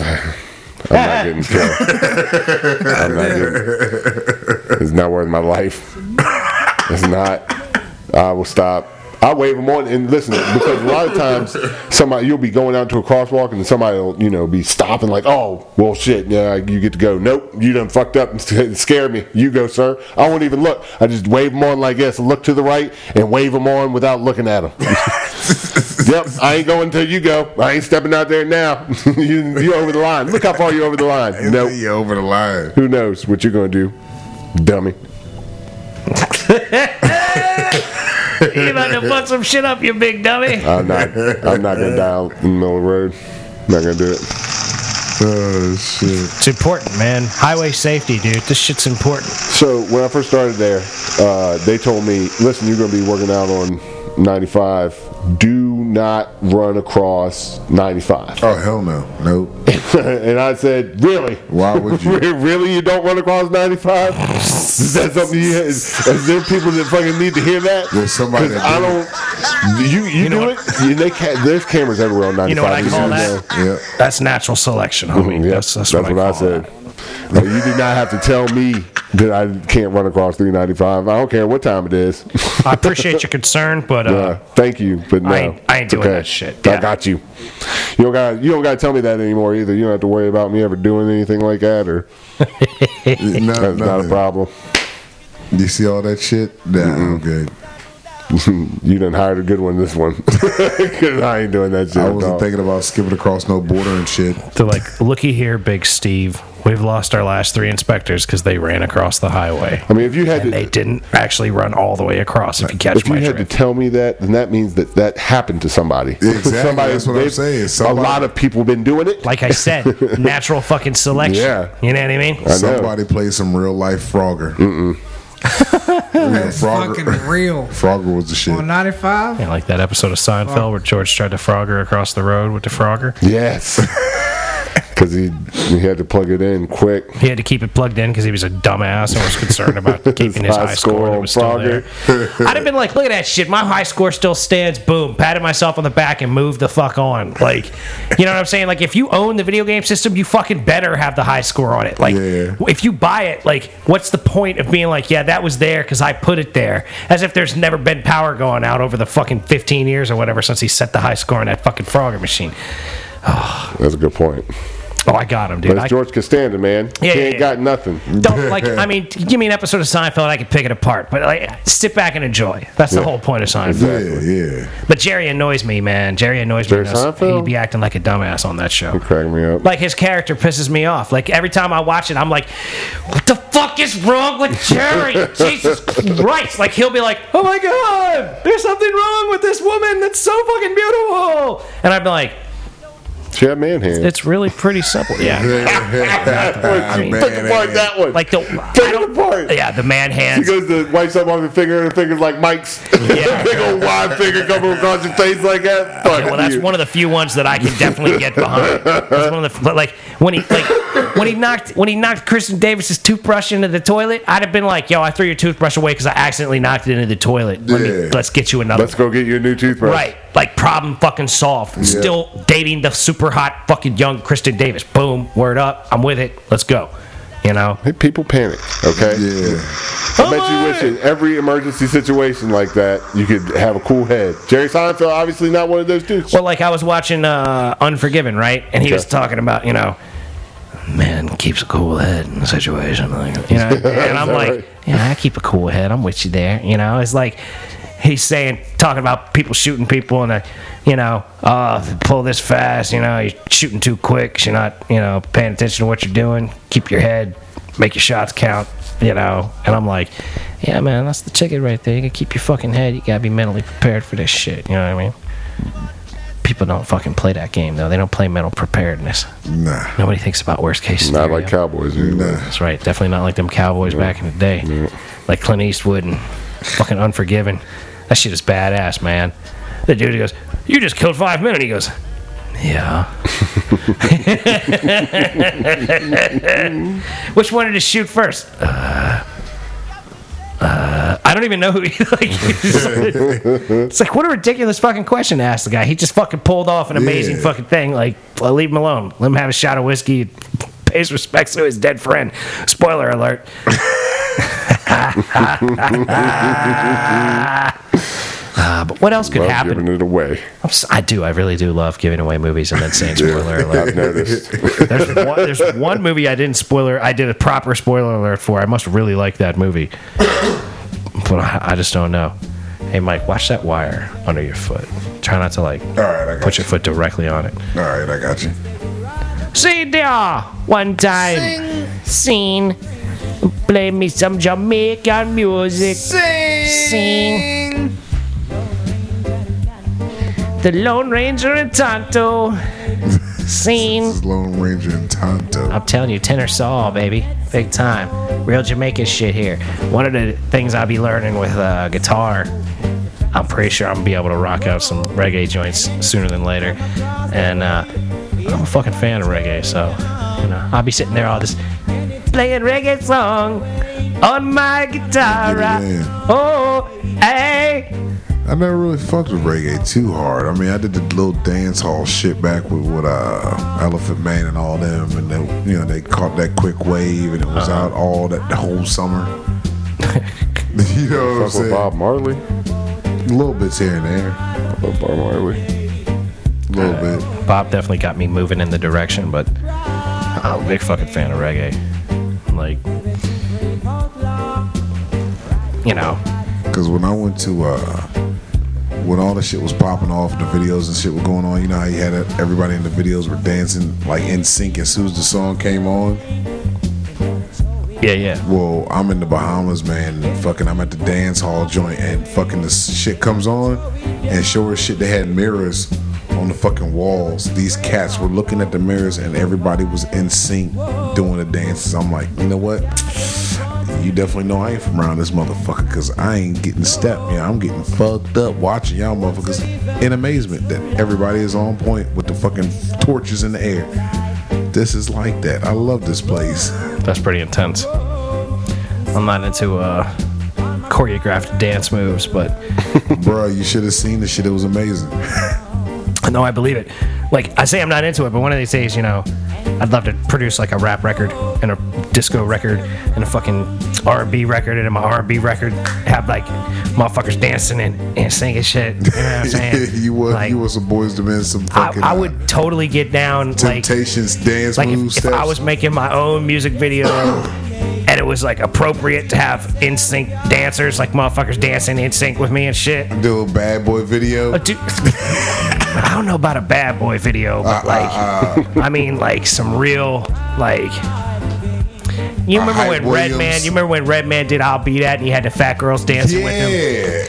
S3: I'm not getting killed. I'm not getting. It's not worth my life. It's not. I will stop. I wave them on and listen because a lot of times somebody you'll be going out to a crosswalk and somebody will you know be stopping like oh well shit yeah you get to go nope you done fucked up and [LAUGHS] scared me you go sir I won't even look I just wave them on like this look to the right and wave them on without looking at them [LAUGHS] Yep, I ain't going until you go. I ain't stepping out there now. [LAUGHS] you you over the line. Look how far you over the line. No,
S4: no, you over the line.
S3: who knows what you're gonna do, dummy.
S1: You about to fuck some shit up, you big dummy.
S3: I'm not. I'm not gonna die out in the middle of the road. Not gonna do it. Uh,
S4: Oh shit.
S1: It's important, man. Highway safety, dude. This shit's important.
S3: So when I first started there, uh, they told me, listen, you're gonna be working out on 95. Do not run across 95.
S4: Oh hell no.
S3: [LAUGHS]
S4: Nope.
S3: and I said, really?
S4: Why would you?
S3: Re- [LAUGHS] really, you don't run across 95? Is that something you? Is, is there people that fucking need to hear that?
S4: There's somebody
S3: 'Cause
S4: that
S3: I
S4: do
S3: don't. You you,
S1: know
S3: do
S1: what-
S3: it. You, they ca- there's cameras everywhere on 95.
S1: You know what I call
S3: just
S1: that?
S4: Yeah.
S1: That's natural selection, homie.
S3: Mm, Yeah,
S1: that's, that's, what, I, call
S3: said.
S1: that.
S3: Like, you do not have to tell me that I can't run across 395. I don't care what time
S1: [LAUGHS]
S3: it is.
S1: I appreciate your concern, but uh,
S3: Uh, thank you, but no,
S1: I ain't- I ain't
S3: It's
S1: doing that shit.
S3: I
S1: Yeah.
S3: got you. You don't got you don't got to tell me that anymore either. You don't have to worry about me ever doing anything like that, or
S4: No,
S1: [LAUGHS]
S3: that's not a
S4: nothing.
S3: problem. [LAUGHS]
S4: You see all that shit? Nah, I'm good.
S3: You done hired a good one this one. [LAUGHS] 'Cause I ain't doing that shit.
S4: I
S3: dog.
S4: wasn't thinking about skipping across no border and shit.
S1: they're like, looky here, Big Steve. We've lost our last three inspectors because they ran across the highway.
S3: I mean, if you had
S1: And they
S3: to,
S1: didn't actually run all the way across. If you catch
S3: if you
S1: my
S3: had to
S1: drift,
S3: tell me that, then that means that that happened to somebody.
S4: Exactly, that's what I'm
S3: they've-
S4: saying.
S3: a
S4: Somebody-
S3: lot of people been doing it.
S1: like I said, natural fucking selection.
S3: Yeah.
S1: you know what I mean.
S3: I know.
S4: Somebody played some real life Frogger. Yeah,
S2: Fucking
S4: Frogger.
S2: real.
S4: Frogger was the
S1: Oh,
S4: shit.
S2: On 95?
S1: Yeah, like that
S3: [LAUGHS]
S1: episode of Seinfeld where George tried to frogger across the road with the frogger.
S3: Yes. because he he had to plug it in quick.
S1: He had to keep it plugged in because he was a dumbass and was concerned about keeping [LAUGHS] his high, score that was still there. I'd have been like, look at that shit. My high score still stands. Boom. Patted myself on the back and moved the fuck on. Like, you know what I'm saying? Like, if you own the video game system, you fucking better have the high score on it. Like,
S4: Yeah.
S1: if you buy it, like, what's the point of being like, yeah, that was there because I put it there? As if there's never been power going out over the fucking 15 years or whatever since he set the high score on that fucking Frogger machine.
S3: That's a good point.
S1: Oh, I got him, dude.
S3: But
S1: I-
S3: it's George Costanza, man.
S1: Yeah,
S3: he
S1: yeah,
S3: ain't
S1: yeah.
S3: got nothing.
S1: don't
S3: [LAUGHS]
S1: like i mean give me an episode of seinfeld i can pick it apart but like sit back and enjoy that's the whole point of seinfeld
S4: Yeah, yeah.
S1: but jerry annoys me man jerry annoys
S3: Jerry
S1: me enough. he'd
S3: Seinfeld?
S1: be acting like a dumbass on that show
S3: Crack me up.
S1: like his character pisses me off like every time i watch it i'm like what the fuck is wrong with
S3: [LAUGHS]
S1: jerry jesus christ like he'll be like oh my god there's something wrong with this woman that's so fucking beautiful and i'd be like
S3: she had man hands.
S1: it's really pretty simple yeah
S4: Ah,
S1: I
S4: [LAUGHS]
S1: mean,
S3: Pick apart that one.
S1: like the
S3: Pick
S1: I
S3: it
S1: don't,
S3: apart.
S1: yeah the man
S3: She
S1: hands
S3: goes to wipe something off your finger, and the finger's like Mike's. [LAUGHS]
S1: Yeah.
S3: Big old wide finger coming across your face like that. Fuck
S1: Yeah, well, that's
S3: you.
S1: one of the few ones that I can definitely get behind. That's one of the but, like when he like when he knocked when he knocked Kristen Davis's toothbrush into the toilet. I'd have been like, "Yo, I threw your toothbrush away because I accidentally knocked it into the toilet. Let me,
S4: Yeah.
S1: let's get you another."
S3: Let's go get you a new toothbrush.
S1: Right, like problem fucking solved. Still dating the super hot fucking young Kristen Davis. Boom, word up. I'm with it. Let's go. You know,
S3: Hey, people panic. Okay.
S4: Yeah.
S3: I bet you wish in every emergency situation like that you could have a cool head. Jerry Seinfeld obviously not one of those dudes.
S1: Well, like I was watching uh, Unforgiven, right? And he was talking about, you know, man keeps a cool head in the situation, like,
S3: [LAUGHS]
S1: you know. And I'm
S3: Is that
S1: like,
S3: right?
S1: yeah, I keep a cool head. I'm with you there. You know, it's like he's saying, talking about people shooting people, and uh, you know, uh, if you pull this fast. You know, you're shooting too quick. You're not, you know, paying attention to what you're doing. Keep your head. Make your shots count. You know. And I'm like, yeah, man, that's the ticket right there. You gotta keep your fucking head. You gotta be mentally prepared for this shit. You know what I mean? People don't fucking play that game though. They don't play mental preparedness.
S4: Nah.
S1: Nobody thinks about worst case.
S3: not
S1: scenario.
S3: like Cowboys. dude.
S1: That's right. Definitely not like them Cowboys back in the day. Like Clint Eastwood and fucking Unforgiven. That shit is badass, man. The dude goes, You just killed five men. And he goes, Yeah. [LAUGHS] Which one did you shoot first? Uh, uh, I don't even know who he [LAUGHS] like. It's like what a ridiculous fucking question to ask the guy. He just fucking pulled off an amazing
S4: Yeah.
S1: fucking thing. Like well, leave him alone. Let him have a shot of whiskey. [LAUGHS] Pays respects to his dead friend. Spoiler alert. [LAUGHS] Uh, but what else could
S3: Love
S1: happen?
S3: giving it away.
S1: I'm s- I do. I really do love giving away movies and then saying spoiler alert.
S3: [LAUGHS] I've noticed.
S1: There's one, there's one movie I didn't spoiler. I did a proper spoiler alert for. I must really like that movie, but I, I just don't know. Hey, Mike, watch that wire under your foot. Try not to like
S4: All right, I got
S1: put
S4: you.
S1: your foot directly on it.
S4: All right, I got you.
S1: See there one time seen. Play me some Jamaican music. Sing. The Lone Ranger in Tonto. Seen.
S4: This is Lone Ranger and Tonto.
S1: I'm telling you, tenor saw, baby, big time, real Jamaican shit here. One of the things I'll be learning with uh, guitar, I'm pretty sure I'm gonna be able to rock out some reggae joints sooner than later, and uh, I'm a fucking fan of reggae, so you know I'll be sitting there all this playing reggae song on my guitar.
S4: Get it in.
S1: Oh, hey, [LAUGHS]
S4: I never really fucked with reggae too hard. I mean, I did the little dance hall shit back with with uh, Elephant Man and all them, and they, you know they caught that quick wave, and it
S3: Uh-huh.
S4: was out all that the whole summer. [LAUGHS] you
S3: Fuck
S4: know what I'm
S3: with
S4: saying?
S3: Bob Marley.
S4: Little bits here and there,
S3: I love Bob Marley.
S4: little bit.
S1: Bob definitely got me moving in the direction, but I'm a big fucking fan of reggae. Like, you know,
S4: Because when I went to, uh, when all the shit was popping off, the videos and shit were going on, you know how you had that, everybody in the videos were dancing like in sync as soon as the song came on?
S1: yeah, yeah.
S4: Well, I'm in the Bahamas, man. And fucking, I'm at the dance hall joint and fucking this shit comes on. And sure as shit, they had mirrors on the fucking walls. These cats were looking at the mirrors and everybody was in sync doing the dances. I'm like, you know what? You definitely know I ain't from around this motherfucker because I ain't getting stepped. Yeah, I'm getting fucked up watching y'all motherfuckers in amazement that everybody is on point with the fucking torches in the air. This is like that. I love this place.
S1: That's pretty intense. I'm not into uh, choreographed dance moves, but
S4: Bruh, you should have seen the shit. It was amazing.
S1: no, I believe it. Like I say, I'm not into it, but one of these days, you know, I'd love to produce like a rap record and a disco record and a fucking R&B record and my R&B record have like motherfuckers dancing and, and singing shit. You know what
S4: [LAUGHS]
S1: I'm saying?
S4: you want
S1: Like,
S4: you want some boys to men some
S1: I,
S4: fucking uh,
S1: I would totally get down like
S4: temptations dance
S1: like
S4: move
S1: if, if
S4: steps.
S1: I was making my own music
S4: [COUGHS]
S1: video and it was like appropriate to have in sync dancers like motherfuckers dancing in sync with me and shit.
S4: do a bad boy video.
S1: But dude, [LAUGHS] I don't know about a bad boy video, but
S4: Uh,
S1: like,
S4: uh,
S1: I mean, like some real like. You
S4: Uh,
S1: remember
S4: Hype
S1: when Redman?
S4: Williams.
S1: You remember when Redman did "I'll Be That" and you had the fat girls dancing with him?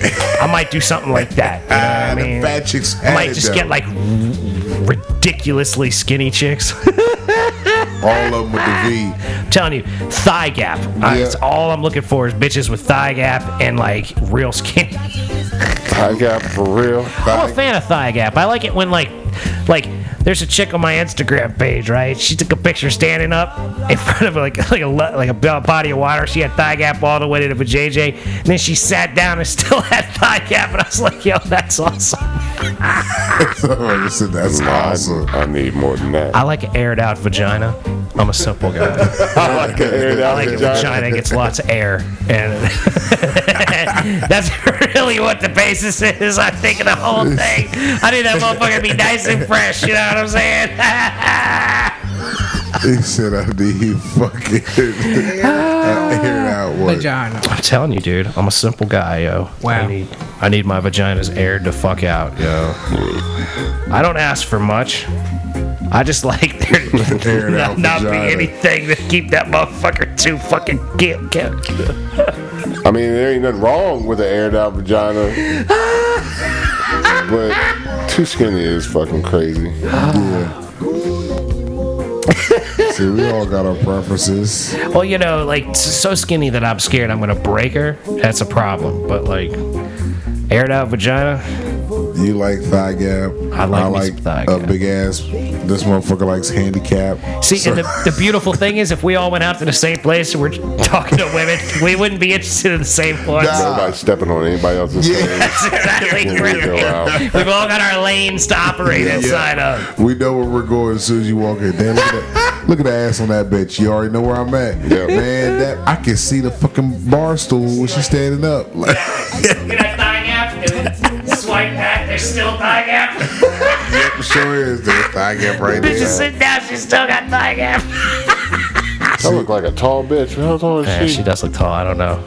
S4: Yeah. [LAUGHS]
S1: I might do something like that. You know what
S4: Ah,
S1: I
S4: the
S1: mean?
S4: fat chicks
S1: I
S4: had
S1: might
S4: it
S1: just
S4: though.
S1: get like ridiculously skinny chicks. [LAUGHS]
S4: All of them with the
S1: I'm telling you, thigh gap. Uh,
S4: Yeah.
S1: That's all I'm looking for is bitches with thigh gap and like real skin.
S3: I got for real.
S1: I'm a fan of thigh gap. I like it when like like there's a chick on my Instagram page, right? She took a picture standing up in [LAUGHS] front of like like a lo- like a bo- body of water. She had thigh gap all the way to the JJ, and then she sat down and [LAUGHS] still had thigh gap. And I was like, yo, that's awesome.
S4: V. [LAUGHS] Somebody said, That's awesome.
S3: I, I need more than that.
S1: I like an aired out vagina. I'm a simple guy.
S3: I [LAUGHS] like it.
S1: I like a vagina gets lots of air, and [LAUGHS] that's really what the basis is. I think of the whole thing. I need that motherfucker to be nice and fresh. You know what I'm saying? [LAUGHS]
S4: He said, I need fucking. [LAUGHS] I air out one.
S2: Vagina.
S1: I'm telling you, dude. I'm a simple guy, yo.
S2: Wow.
S1: I need, I need my vaginas aired the fuck out, yo. I don't ask for much. I just like [LAUGHS] there to
S4: Aired
S1: not,
S4: out
S1: not be
S4: vagina.
S1: anything to keep that motherfucker too fucking get, get.
S3: I mean, there ain't nothing wrong with an aired out vagina. but too skinny is
S1: [SIGHS]
S3: fucking crazy.
S4: See, we all got our preferences.
S1: Well, you know, like s- so skinny that I'm scared I'm gonna break her. That's a problem. But like, aired out vagina.
S4: You like thigh gap.
S1: I like me some thigh
S4: a
S1: gap.
S4: big ass. This motherfucker likes handicap.
S1: See,
S4: So-
S1: and the, the beautiful thing is, if we all went out to the same place and we're talking to women, we wouldn't be interested in the same ones.
S4: Nah.
S3: Nobody stepping on anybody else's
S4: Yeah.
S3: yeah.
S1: That's exactly
S3: go out.
S1: right. [LAUGHS] We've all got our lanes to operate inside of.
S4: We know where we're going as soon as you walk in. Damn, look at [LAUGHS] that. Look at the ass on that bitch. You already know where I'm at.
S3: Yeah.
S4: Man, that I can see the fucking bar stool when she's standing up. Like,
S1: Look at that thigh gap. Swipe back. There's still thigh gap.
S4: [LAUGHS] yep, sure is. There's thigh gap right
S1: Bitch is
S4: there.
S1: sitting down. She's still got thigh gap.
S3: I look like a tall bitch. How tall is she?
S1: does look tall. I don't know.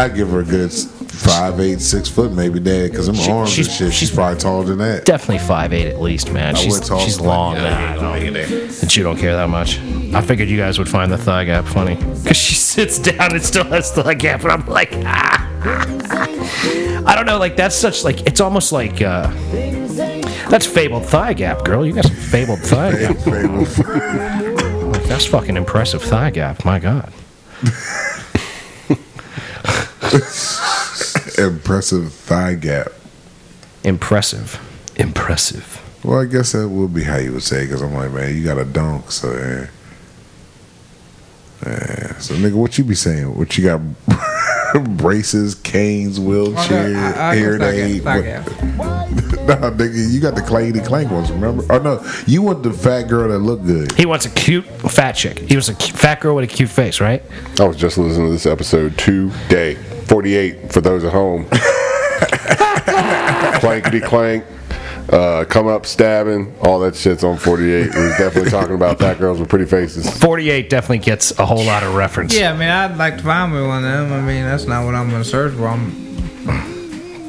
S4: I give her a good s- five, eight, six foot maybe, Dad, because them arms
S1: she's-
S4: and shit. She's,
S1: she's-
S4: probably taller than that.
S1: Definitely five eight at least, man.
S4: would talk to her.
S1: man. And you don't care that much. I figured you guys would find the thigh gap funny. [LAUGHS] Because she sits down and still has thigh gap, and I'm like, [LAUGHS] ah. I don't know, like, that's such, like, it's almost like, uh, that's fabled thigh gap, girl. You got some fabled thigh gap. That's fucking impressive thigh gap, my God.
S4: Impressive thigh gap.
S1: Impressive. Impressive.
S4: Well, I guess that would be how you would say because I'm like, man, you got a dunk, so eh. Eh, So, nigga, what you be saying? What you got? [LAUGHS] braces, canes, wheelchair, air aid.
S2: Thigh
S4: what-
S2: gap.
S4: [LAUGHS] Nah, nigga, you got the clangy clank ones, remember? Oh, no, you want the fat girl that look good.
S1: He wants a cute fat chick. He was a cu- fat girl with a cute face, right?
S3: I was just listening to this episode today, 48 for those at home. Clankety clank, uh, come up stabbing, all that shit's on 48. We was definitely talking about fat girls with pretty faces.
S1: 48 definitely gets a whole lot of reference.
S2: Yeah, I mean, I'd like to find me one of them. I mean, that's not what I'm gonna search for. I'm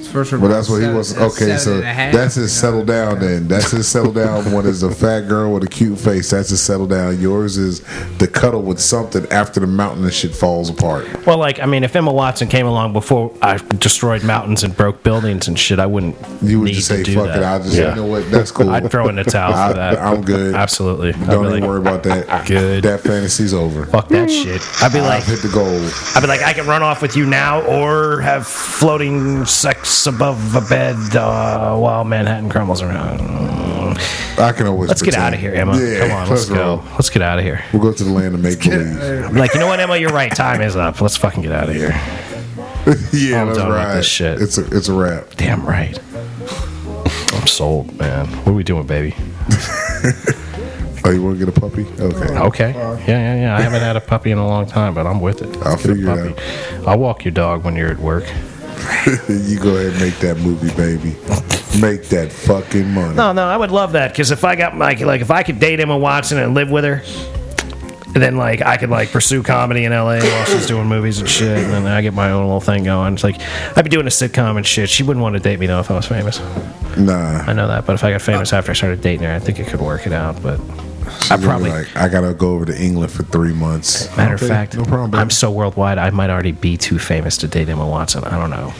S2: search for.
S4: But that's what he was.
S2: seven-
S4: Okay,
S2: seven
S4: so
S2: and a half,
S4: that's
S2: you know.
S4: his settle down then. That's his settle down one is the fat girl with a cute face. That's his settle down. Yours is the cuddle with something after the mountain and shit falls apart.
S1: Well, like I mean, if Emma Watson came along before I destroyed mountains and broke buildings and shit, I wouldn't.
S4: You would
S1: need
S4: just
S1: to
S4: say,
S1: do
S4: fuck
S1: that.
S4: it. I just,
S3: Yeah.
S4: you know what? That's cool.
S1: I'd throw in the towel
S4: I-
S1: for that.
S4: I'm good.
S1: Absolutely. I'd
S4: Don't
S1: be
S4: even
S1: like,
S4: worry
S7: [LAUGHS]
S4: about that.
S1: Good.
S4: That fantasy's over.
S1: Fuck that shit. I'd be like,
S4: I've hit the goal.
S1: I'd be like, I can run off with you now, or have floating sex above a bed uh, while Manhattan crumbles around.
S7: alone.
S4: I can always.
S7: Let's get
S4: pretend.
S7: out of here, Emma.
S4: Yeah,
S7: Come on, let's
S4: plus
S7: go.
S4: we'll-
S7: Let's get out of here.
S4: We'll go to the land of make believe.
S7: I'm like, you know what, Emma? You're right. Time is up. Let's fucking get out of here.
S4: yeah,
S7: I'm
S4: that's
S7: done with
S4: right.
S7: this shit.
S4: It's a it's a wrap.
S7: Damn right. I'm sold, man. What are we doing, baby?
S4: Oh, you want to get a puppy? Okay.
S7: Okay. Yeah, yeah, yeah. I haven't had a puppy in a long time, but I'm with it. Let's
S4: I'll
S7: get a
S4: figure it
S7: puppy. I'll walk your dog when you're at work.
S4: you go ahead and make that movie, baby. Make that fucking money.
S1: No, no, I would love that because if I got like like if I could date Emma Watson and live with her, and then like I could like pursue comedy in L.A. while she's doing movies and shit, and then I get my own little thing going. It's like I'd be doing a sitcom and shit. She wouldn't want to date me though if I was famous.
S4: Nah,
S7: I know that, but if I got famous after I started dating her, I think it could work it out. But
S4: she's gonna be
S7: probably-
S4: like I gotta go over to England for three months.
S7: matter of
S4: Okay,
S7: fact,
S4: no problem. baby.
S7: I'm so worldwide, I might already be too famous to date Emma Watson. I don't know.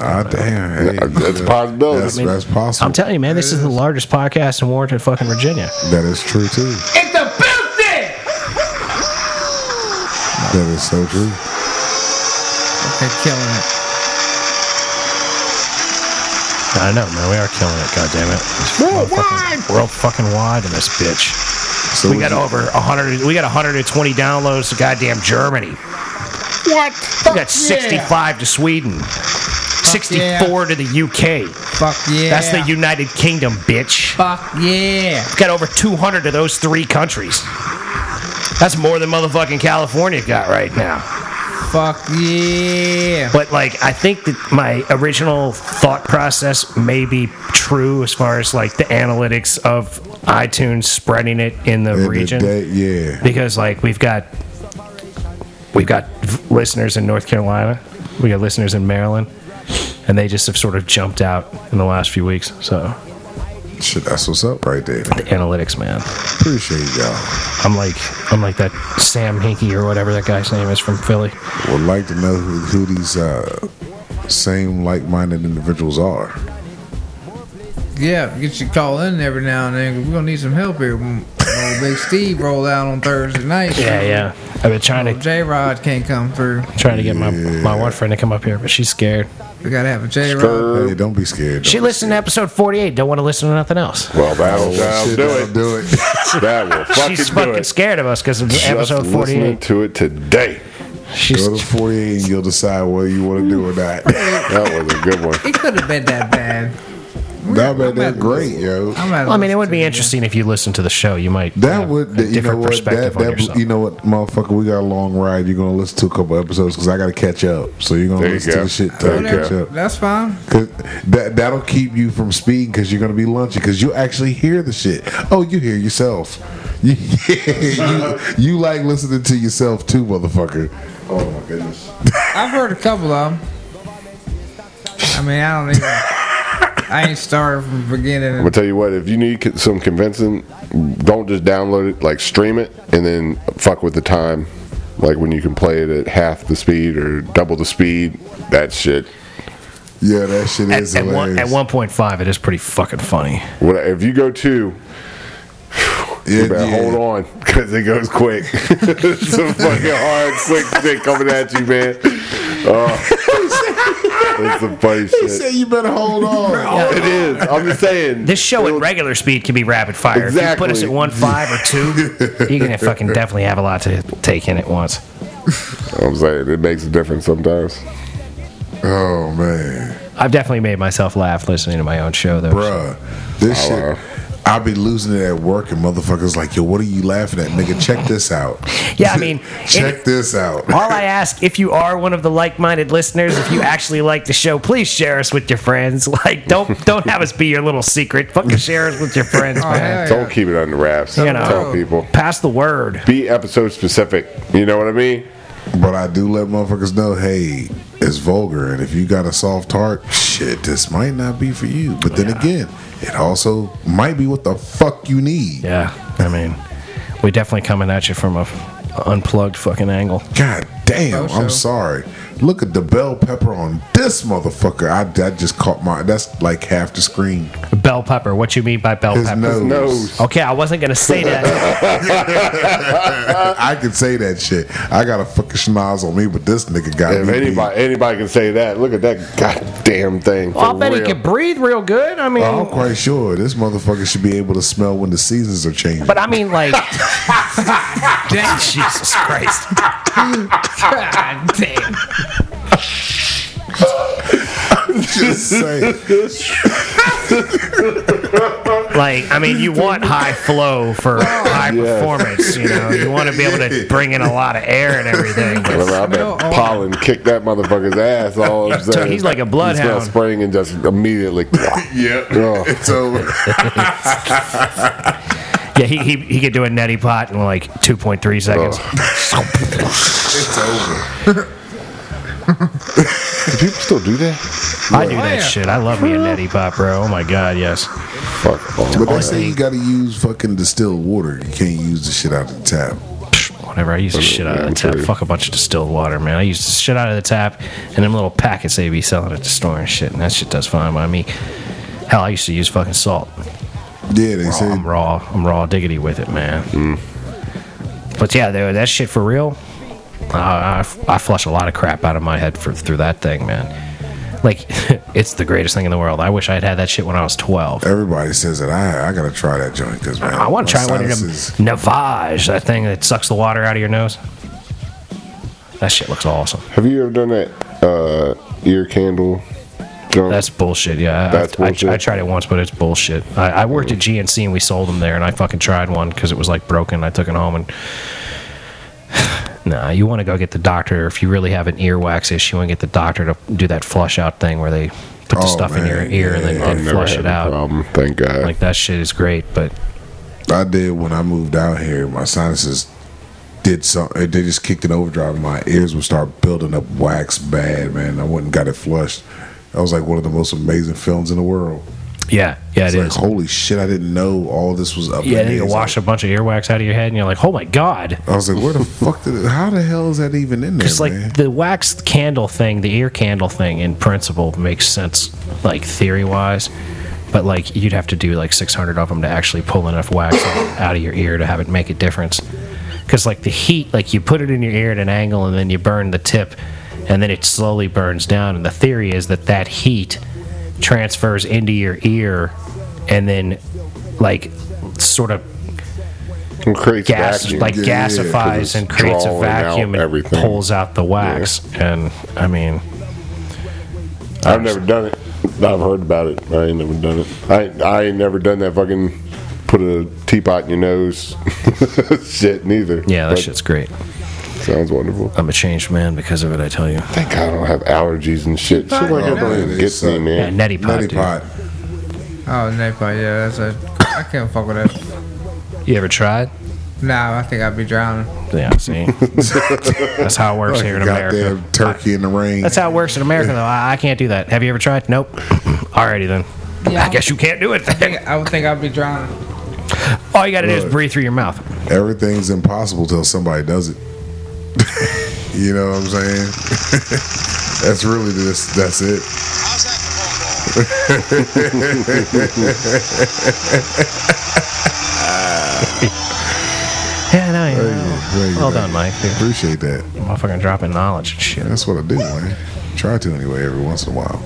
S4: Ah, damn. hey.
S3: That's a possibility.
S4: That's, that's possible.
S7: I'm telling you, man, this is the largest podcast in Warrenton, fucking Virginia.
S4: that is true too.
S2: It's a building!
S4: That is so true.
S2: They're killing it.
S7: I know, man. We are killing it. God damn it. Worldwide. World fucking wide in this bitch.
S4: So
S1: We got over hundred. We got hundred and twenty downloads to goddamn Germany.
S2: What?
S1: We got sixty-five to Sweden. Sixty-four to the UK.
S2: Fuck yeah.
S1: That's the United Kingdom, bitch.
S2: Fuck yeah.
S1: We've got over two hundred of those three countries. That's more than motherfucking California got right now.
S2: Fuck yeah.
S1: But like, I think that my original thought process may be true as far as like the analytics of iTunes spreading it in the
S4: in the
S1: region,
S4: day- yeah.
S1: because like we've got we've got v- listeners in North Carolina, we got listeners in Maryland, and they just have sort of jumped out in the last few weeks. So
S4: Shit, that's what's up right there.
S7: The analytics, man.
S4: Appreciate y'all.
S7: I'm like, I'm like that Sam Hinkie or whatever that guy's name is from Philly.
S4: Would like to know who, who these uh, same like-minded individuals are.
S2: Yeah, get you call in every now and then. 'cause We're gonna need some help here when old Big Steve roll out on Thursday night.
S7: Yeah, yeah. I've been trying to
S2: J Rod can't come through.
S7: trying to get my my one friend to come up here, but she's scared.
S2: We gotta have a J Rod.
S4: Hey, don't be scared.
S7: She
S4: Don't-
S7: listened to episode 48. Don't want to listen to nothing else.
S3: Well, that'll,
S4: Oh,
S3: that'll
S4: shit,
S3: do
S4: that'll
S3: it.
S1: [LAUGHS]
S4: do it.
S3: That will fucking
S7: She's
S3: do
S7: fucking
S3: it.
S7: scared of us because of
S3: Just
S7: episode
S3: listening
S7: 48.
S3: to it today.
S7: She's
S4: Go to 48 and you'll decide whether you want to do or not.
S3: That was a good one.
S2: It could have been that bad.
S4: that man, that's great, yo.
S2: I'm out
S7: Well, I mean, it would be interesting if you listened to the show. You might
S4: That
S7: have
S4: would,
S7: a
S4: you know
S7: different
S4: what, that,
S7: perspective on
S4: that
S7: yourself.
S4: you know what, motherfucker, we got a long ride. You're gonna listen to a couple episodes because I gotta catch up. So you're gonna
S3: There you
S4: listen
S3: go.
S4: to the shit till I
S3: There you
S4: catch
S3: go.
S4: up.
S2: That's fine.
S4: 'Cause that that'll keep you from speeding because you're gonna be lunchy because you actually hear the shit. Oh, you hear yourself. [LAUGHS] You, you, you like listening to yourself too, motherfucker. Oh my goodness.
S2: I've heard a couple of them. I mean, I don't even. I ain't started from the
S3: I'm
S2: beginning.
S3: gonna tell you what. If you need c- some convincing, don't just download it. Like stream it, and then fuck with the time. Like when you can play it at half the speed or double the speed. That shit.
S4: Yeah, that shit
S7: at,
S4: is
S7: at, one, at
S4: hilarious.
S7: 1.5, it is pretty fucking funny.
S3: What if you go two?
S4: Yeah,
S3: You better
S4: yeah.
S3: hold on because it goes quick. [LAUGHS] it's some fucking hard, slick shit coming at you, man. Oh, it's some funny
S4: He said
S3: shit.
S4: you better hold on.
S3: It is. I'm just saying.
S1: This show at regular speed can be rapid fire. If you put us
S3: Exactly.
S1: at one five or
S4: [LAUGHS]
S1: two,
S7: You're gonna fucking definitely have a lot to take in at once.
S3: I'm saying it makes a difference sometimes.
S4: Oh man.
S7: I've definitely made myself laugh listening to my own show, though.
S4: Bruh, uh, this
S3: Hello.
S4: shit. I be losing it at work, and motherfuckers like, yo, what are you laughing at, nigga? Check this out.
S1: Yeah, [LAUGHS] I mean,
S4: [LAUGHS] check
S1: it-
S4: this out.
S1: All I ask, if you are one of the like-minded listeners, if you actually like the show, please share us with your friends. [LAUGHS] Like, don't don't have us be your little secret. Fucking share us with your friends,
S2: Oh,
S1: man.
S2: hell
S3: Don't keep it under wraps.
S1: You know.
S3: Tell people.
S1: Pass the word.
S3: Be episode specific. You know what I mean?
S4: But I do let motherfuckers know, hey, it's vulgar, and if you got a soft heart, shit, this might not be for you. But then again, it also might be what the fuck you need.
S7: Yeah, I mean, we definitely coming at you from a f- unplugged fucking angle.
S4: God damn,
S2: Oh, so.
S4: I'm sorry. Look at the bell pepper on this motherfucker. I, I just caught my. That's like half the screen.
S1: Bell pepper. What you mean by bell
S4: His
S1: pepper?
S3: [LAUGHS]
S4: nose.
S3: Nose.
S1: Okay, I wasn't gonna say
S7: [LAUGHS]
S1: that.
S4: [LAUGHS] I can say that shit. I got a fucking schnoz on me, but this nigga got
S3: If
S4: me. beat.
S3: anybody anybody can say that, look at that goddamn thing.
S1: well, I
S3: for
S1: bet
S3: real.
S1: he could breathe real good. I
S7: Oh,
S1: mean,
S4: I'm quite sure this motherfucker should be able to smell when the seasons are
S1: [LAUGHS]
S4: changing.
S1: but I mean, like, Jesus Christ.
S2: God damn.
S4: Just saying.
S1: Like, I mean, you want high flow for high performance. You know, you want to be able to bring in a lot of air and everything. but-
S3: Well, I
S2: Smell
S3: bet
S2: on.
S3: pollen kicked that motherfucker's ass. All I'm saying,
S1: He's like a
S3: He
S1: bloodhound.
S3: smelled spring and just
S4: [LAUGHS]
S3: immediately.
S4: Yep.
S3: Oh.
S4: It's over.
S1: yeah, he, he he could do a neti pot in like 2.3 seconds.
S4: It's over.
S3: Do people still do that?
S1: I do that
S2: yeah.
S1: shit. I love me a neti pot, bro. Oh my god, yes.
S3: Fuck. all
S4: But they say you gotta use fucking distilled water. You can't use the shit out of the tap.
S1: Whatever. I use the shit out of the tap. Fuck a bunch of distilled water, man. I use the shit out of the tap and them little packets they be selling at the store and shit. And that shit does fine by me. Hell, I used to use fucking salt.
S4: Yeah, they
S1: Raw,
S4: say.
S1: I'm raw. I'm raw diggity with it, man. But yeah, though, that shit for real. Uh, I, I flush a lot of crap out of my head for, through that thing, man. Like, [LAUGHS] it's the greatest thing in the world. I wish I'd had that shit when I was 12.
S4: Everybody says that. I I gotta try that joint because man,
S1: I want to
S4: my
S1: try one of them
S4: sinuses-
S1: Navage, that thing that sucks the water out of your nose. That shit looks awesome.
S3: Have you ever done that uh, ear candle? Jump?
S1: That's bullshit. Yeah, I-
S3: That's
S1: I, I-
S3: bullshit.
S1: I, tried it once, but it's bullshit. I, I worked at GNC and we sold them there, and I fucking tried one because it was like broken. I took it home and. [SIGHS] Nah, you want to go get the doctor if you really have an earwax issue and get the doctor to do that flush out thing where they put the
S4: Oh,
S1: stuff in your
S4: man,
S1: ear and then,
S4: yeah.
S3: I've
S1: then
S3: never
S1: flush
S3: had
S1: it
S3: the
S1: out.
S3: Problem. Thank God.
S1: Like that shit is great, but
S4: I did when I moved out here. My sinuses did something. They just kicked an overdrive. My ears would start building up wax bad, man. I went and got it flushed. That was like one of the most amazing films in the world.
S1: yeah, yeah,
S4: It's
S1: it
S4: like,
S1: is.
S4: holy shit, I didn't know all this was up.
S1: Yeah,
S4: in
S1: then you
S4: here.
S1: wash a bunch of earwax out of your head, and you're like, "Oh my god!"
S4: I was like, where
S1: [LAUGHS]
S4: the fuck did it, how the hell is that even in there,
S1: It's like
S4: man?
S1: the wax candle thing, the ear candle thing, in principle makes sense, like theory wise. But like you'd have to do like 600 of them to actually pull enough wax [COUGHS] out of your ear to have it make a difference. Because like the heat, like you put it in your ear at an angle and then you burn the tip, and then it slowly burns down. And the theory is that that heat transfers into your ear, and then like sort of
S3: It creates
S1: gas
S3: vacuum.
S1: like
S4: Yeah, yeah, 'cause
S1: gasifies
S3: it's
S1: and creates a
S3: drawing out
S1: vacuum and
S3: everything.
S1: pulls out the wax and i mean
S3: I've never done it. I've heard about it. I ain't never done it. I ain't- I ain't never done that fucking put a teapot in your nose [LAUGHS] shit neither.
S1: yeah that
S3: But
S1: shit's great
S3: sounds wonderful.
S1: i'm a changed man because of it i tell you
S3: Thank God I don't have allergies and shit. Shit like that don't even get me,
S1: yeah,
S3: man.
S1: neti pot,
S4: Nutty
S1: dude.
S4: pot.
S2: Oh, Napalm, yeah, that's a. I can't fuck with that.
S1: you ever tried
S2: Nah, I think I'd be drowning.
S1: yeah [LAUGHS] see that's how it works [LAUGHS] here in america
S4: Goddamn turkey in the rain.
S1: that's how it works in america though i, I can't do that have you ever tried nope [LAUGHS] alrighty then
S2: Yeah.
S1: i guess you can't do it
S2: I
S1: then
S2: think- I would think I'd be drowning.
S1: all you gotta do
S4: Look.
S1: is breathe through your mouth
S4: Everything's impossible till somebody does it. [LAUGHS] you know what I'm saying? [LAUGHS] that's really this. That's it.
S6: How's that for cornball?
S1: yeah no you
S4: There you go, there you
S1: well
S4: go.
S1: done mike dude.
S4: Appreciate that.
S1: motherfucking dropping knowledge and shit
S4: That's what I do, man. Try to anyway every once in a while.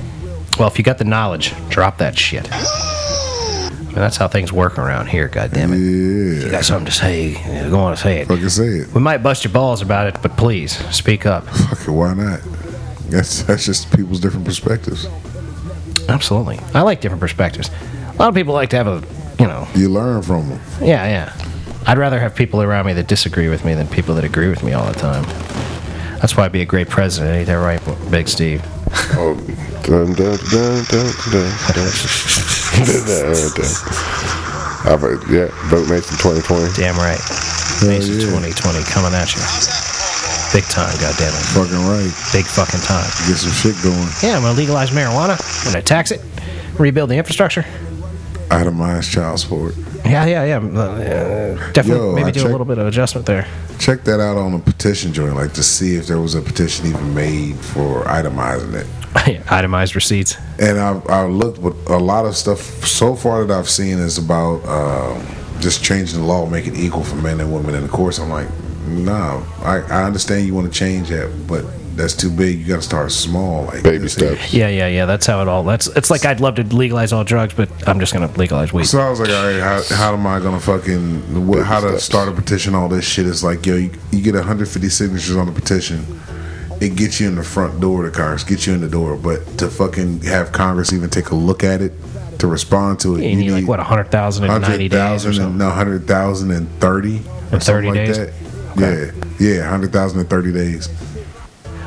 S1: Well, if you got the knowledge, drop that shit. I mean, that's how things work around here. God damn it! You
S4: Yeah.
S1: got something to say? you Go on and say it.
S4: Fucking say it.
S1: We might bust your balls about it, but please speak up.
S4: Fucking why not? That's that's just people's different perspectives.
S1: Absolutely. I like different perspectives. A lot of people like to have a, you know,
S4: You learn from them.
S1: yeah, yeah. I'd rather have people around me that disagree with me than people that agree with me all the time. That's why I'd be a great president. Ain't that right, Big Steve?
S3: Oh, dun, dun, dun, dun, dun,
S1: [LAUGHS]
S3: dun. Dun, dun, dun. [LAUGHS] I vote, yeah, vote Mason 2020.
S1: Damn right. Mason 2020 coming at you. Big time, God damn it.
S4: Fucking right.
S1: Big fucking time.
S4: Get some shit going.
S1: Yeah, I'm gonna legalize marijuana. I'm gonna tax it, rebuild the infrastructure.
S4: Itemize child support.
S1: Yeah, yeah, yeah. uh, definitely,
S4: Yo,
S1: maybe
S4: I
S1: do
S4: check-
S1: a little bit of adjustment there.
S4: Check that out on the petition joint, like to see if there was a petition even made for itemizing it.
S1: [LAUGHS] Itemized receipts.
S4: And I've, I've looked, but a lot of stuff so far that I've seen is about um, just changing the law, make it equal for men and women in the course. I'm like, nah, I, I understand you want to change that, but that's too big. You got to start small. Like
S3: Baby
S4: this.
S3: steps. [LAUGHS]
S1: Yeah, yeah, yeah. That's how it all. That's. It's like I'd love to legalize all drugs, but I'm just gonna legalize weed.
S4: So I was like, all right, how, how am I gonna fucking what, how to
S3: steps.
S4: start a petition? All this shit is like, yo, you, you get 150 signatures on the petition. It gets you in the front door to Congress, gets you in the door, but to fucking have Congress even take a look at it, to respond to it,
S1: you need like what 100,000 in 90 days or
S4: 100,000
S1: something.
S4: and no, 100,030
S1: In 30 days?
S4: Yeah, yeah, 100,000 in 30 days.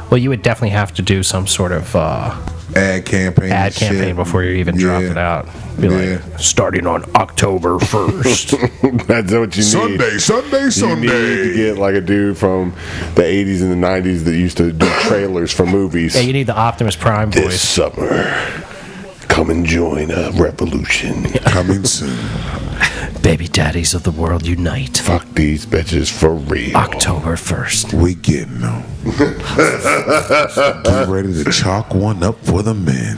S1: Well, you would definitely have to do some sort of uh,
S4: Ad campaign,
S1: ad
S4: and shit.
S1: campaign before you even drop
S4: Yeah.
S1: it out. Be
S4: Yeah.
S1: like starting on October [LAUGHS] 1st.
S3: That's what you need.
S4: Sunday, Sunday,
S3: You
S4: Sunday.
S3: need to get like a dude from the 80s and the 90s that used to do trailers for movies.
S1: yeah, you need the Optimus Prime
S3: this
S1: voice.
S3: summer, come and join a revolution.
S4: Coming soon.
S1: Baby daddies of the world unite.
S3: Fuck these bitches for
S1: Oh.
S3: real.
S1: October 1st.
S4: We getting [LAUGHS] them. Get ready to chalk one up for the men.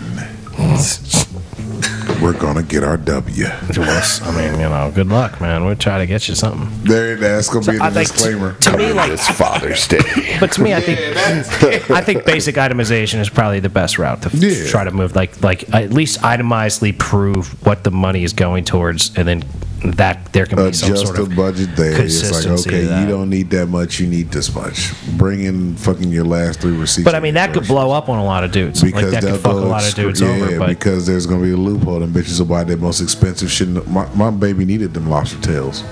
S4: We're gonna get our W.
S1: To us, I mean, you know, good luck, man. We'll try to get you something.
S4: There, that's gonna be the
S1: I think t-
S4: disclaimer.
S1: to me, like, [LAUGHS]
S3: It's Father's Day.
S1: but to me, I
S4: [LAUGHS]
S1: think, I think basic itemization is probably the best route to f-
S4: Yeah.
S1: try to move. Like, like at least itemizedly prove what the money is going towards, and then that there can be some
S4: Adjust
S1: sort
S4: the
S1: of
S4: budget there. It's like,
S1: consistency to
S4: okay, you
S1: that.
S4: don't need that much, you need this much. Bring in fucking your last three receipts.
S1: But I mean, that could blow up on a lot of dudes. like that
S4: they'll
S1: could fuck a
S4: go
S1: lot of
S4: extre-
S1: dudes over. But
S4: because there's gonna be a loophole and bitches will buy their most expensive shit. in the- My, my baby needed them lobster tails.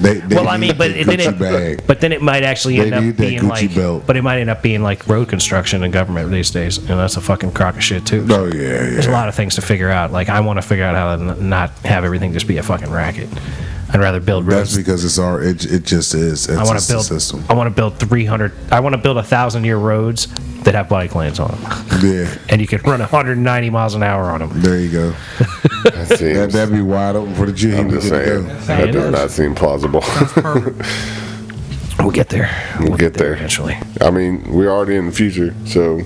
S4: They, they
S1: well, I
S4: need
S1: mean, but
S4: the
S1: it, then
S4: Gucci bag.
S1: it, but then it might actually
S4: They
S1: end up
S4: need that
S1: being
S4: Gucci
S1: like,
S4: belt.
S1: but it might end up being like road construction and government these days, and that's a fucking crock of shit too.
S4: oh yeah, yeah.
S1: There's a lot of things to figure out. Like I want to figure out how to n- not have everything just be a fucking racket. I'd rather build
S4: That's
S1: roads.
S4: because it's our. It, it just is. It's
S1: I want
S4: just
S1: to
S4: the
S1: build.
S4: system.
S1: I want to build 300. I want to build a thousand year roads that have bike lanes on them,
S4: Yeah,
S1: and you can run 190 miles an hour on them.
S4: there you go.
S3: That
S4: That
S3: seems,
S4: that'd be wide open for the G.
S3: I'm just saying. That does not seem
S4: [LAUGHS]
S3: plausible.
S1: We'll get there. We'll,
S3: get there.
S1: eventually.
S3: I mean, we're already in the future, so
S1: You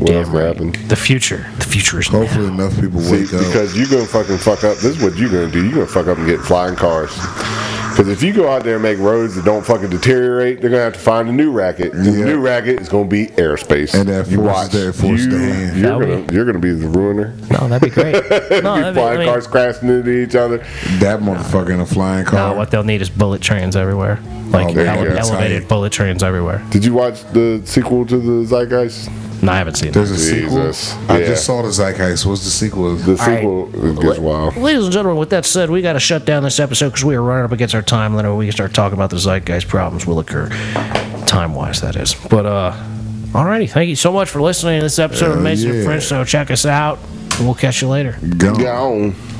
S3: what
S1: damn
S3: else can
S1: right.
S3: happen?
S1: The future. The future is now.
S4: Hopefully, enough people
S3: See,
S4: wake up.
S3: because you're gonna fucking fuck up. This is what you're gonna do. You're gonna fuck up and get flying cars. Because if you go out there and make roads that don't fucking deteriorate, they're gonna have to find a new racket. And
S4: Yeah.
S3: The new racket is gonna be airspace.
S4: And that
S3: you
S4: force is there, force
S3: you,
S4: to hand.
S3: You're
S1: That
S3: gonna
S1: would-
S3: you're gonna be the ruiner.
S1: No, that'd be
S4: [LAUGHS]
S1: great. No,
S3: be
S1: that'd be,
S3: flying
S1: I mean,
S3: cars crashing into each other.
S4: That motherfucker in a flying
S1: no,
S4: car.
S1: what they'll need is bullet trains everywhere. Like
S4: Oh, there
S1: ele-
S4: you go.
S1: elevated
S4: Tight.
S1: bullet trains everywhere.
S3: Did you watch the sequel to the Zeitgeist?
S1: No, I haven't seen
S4: There's
S1: that.
S4: a
S3: Jesus.
S4: sequel. I
S3: Yeah.
S4: just saw the Zeitgeist. What's the sequel?
S3: The
S1: right.
S3: sequel it gets wild.
S1: Ladies and gentlemen, with that said, we got to shut down this episode because we are running up against our time limit. When we start talking about the zeitgeist problems will occur, time wise, that is. But uh, alrighty, thank you so much for listening to this episode of
S4: Hell
S1: Amazing
S4: yeah.
S1: French. So check us out, and we'll catch you later.
S4: Gone.
S3: Gone.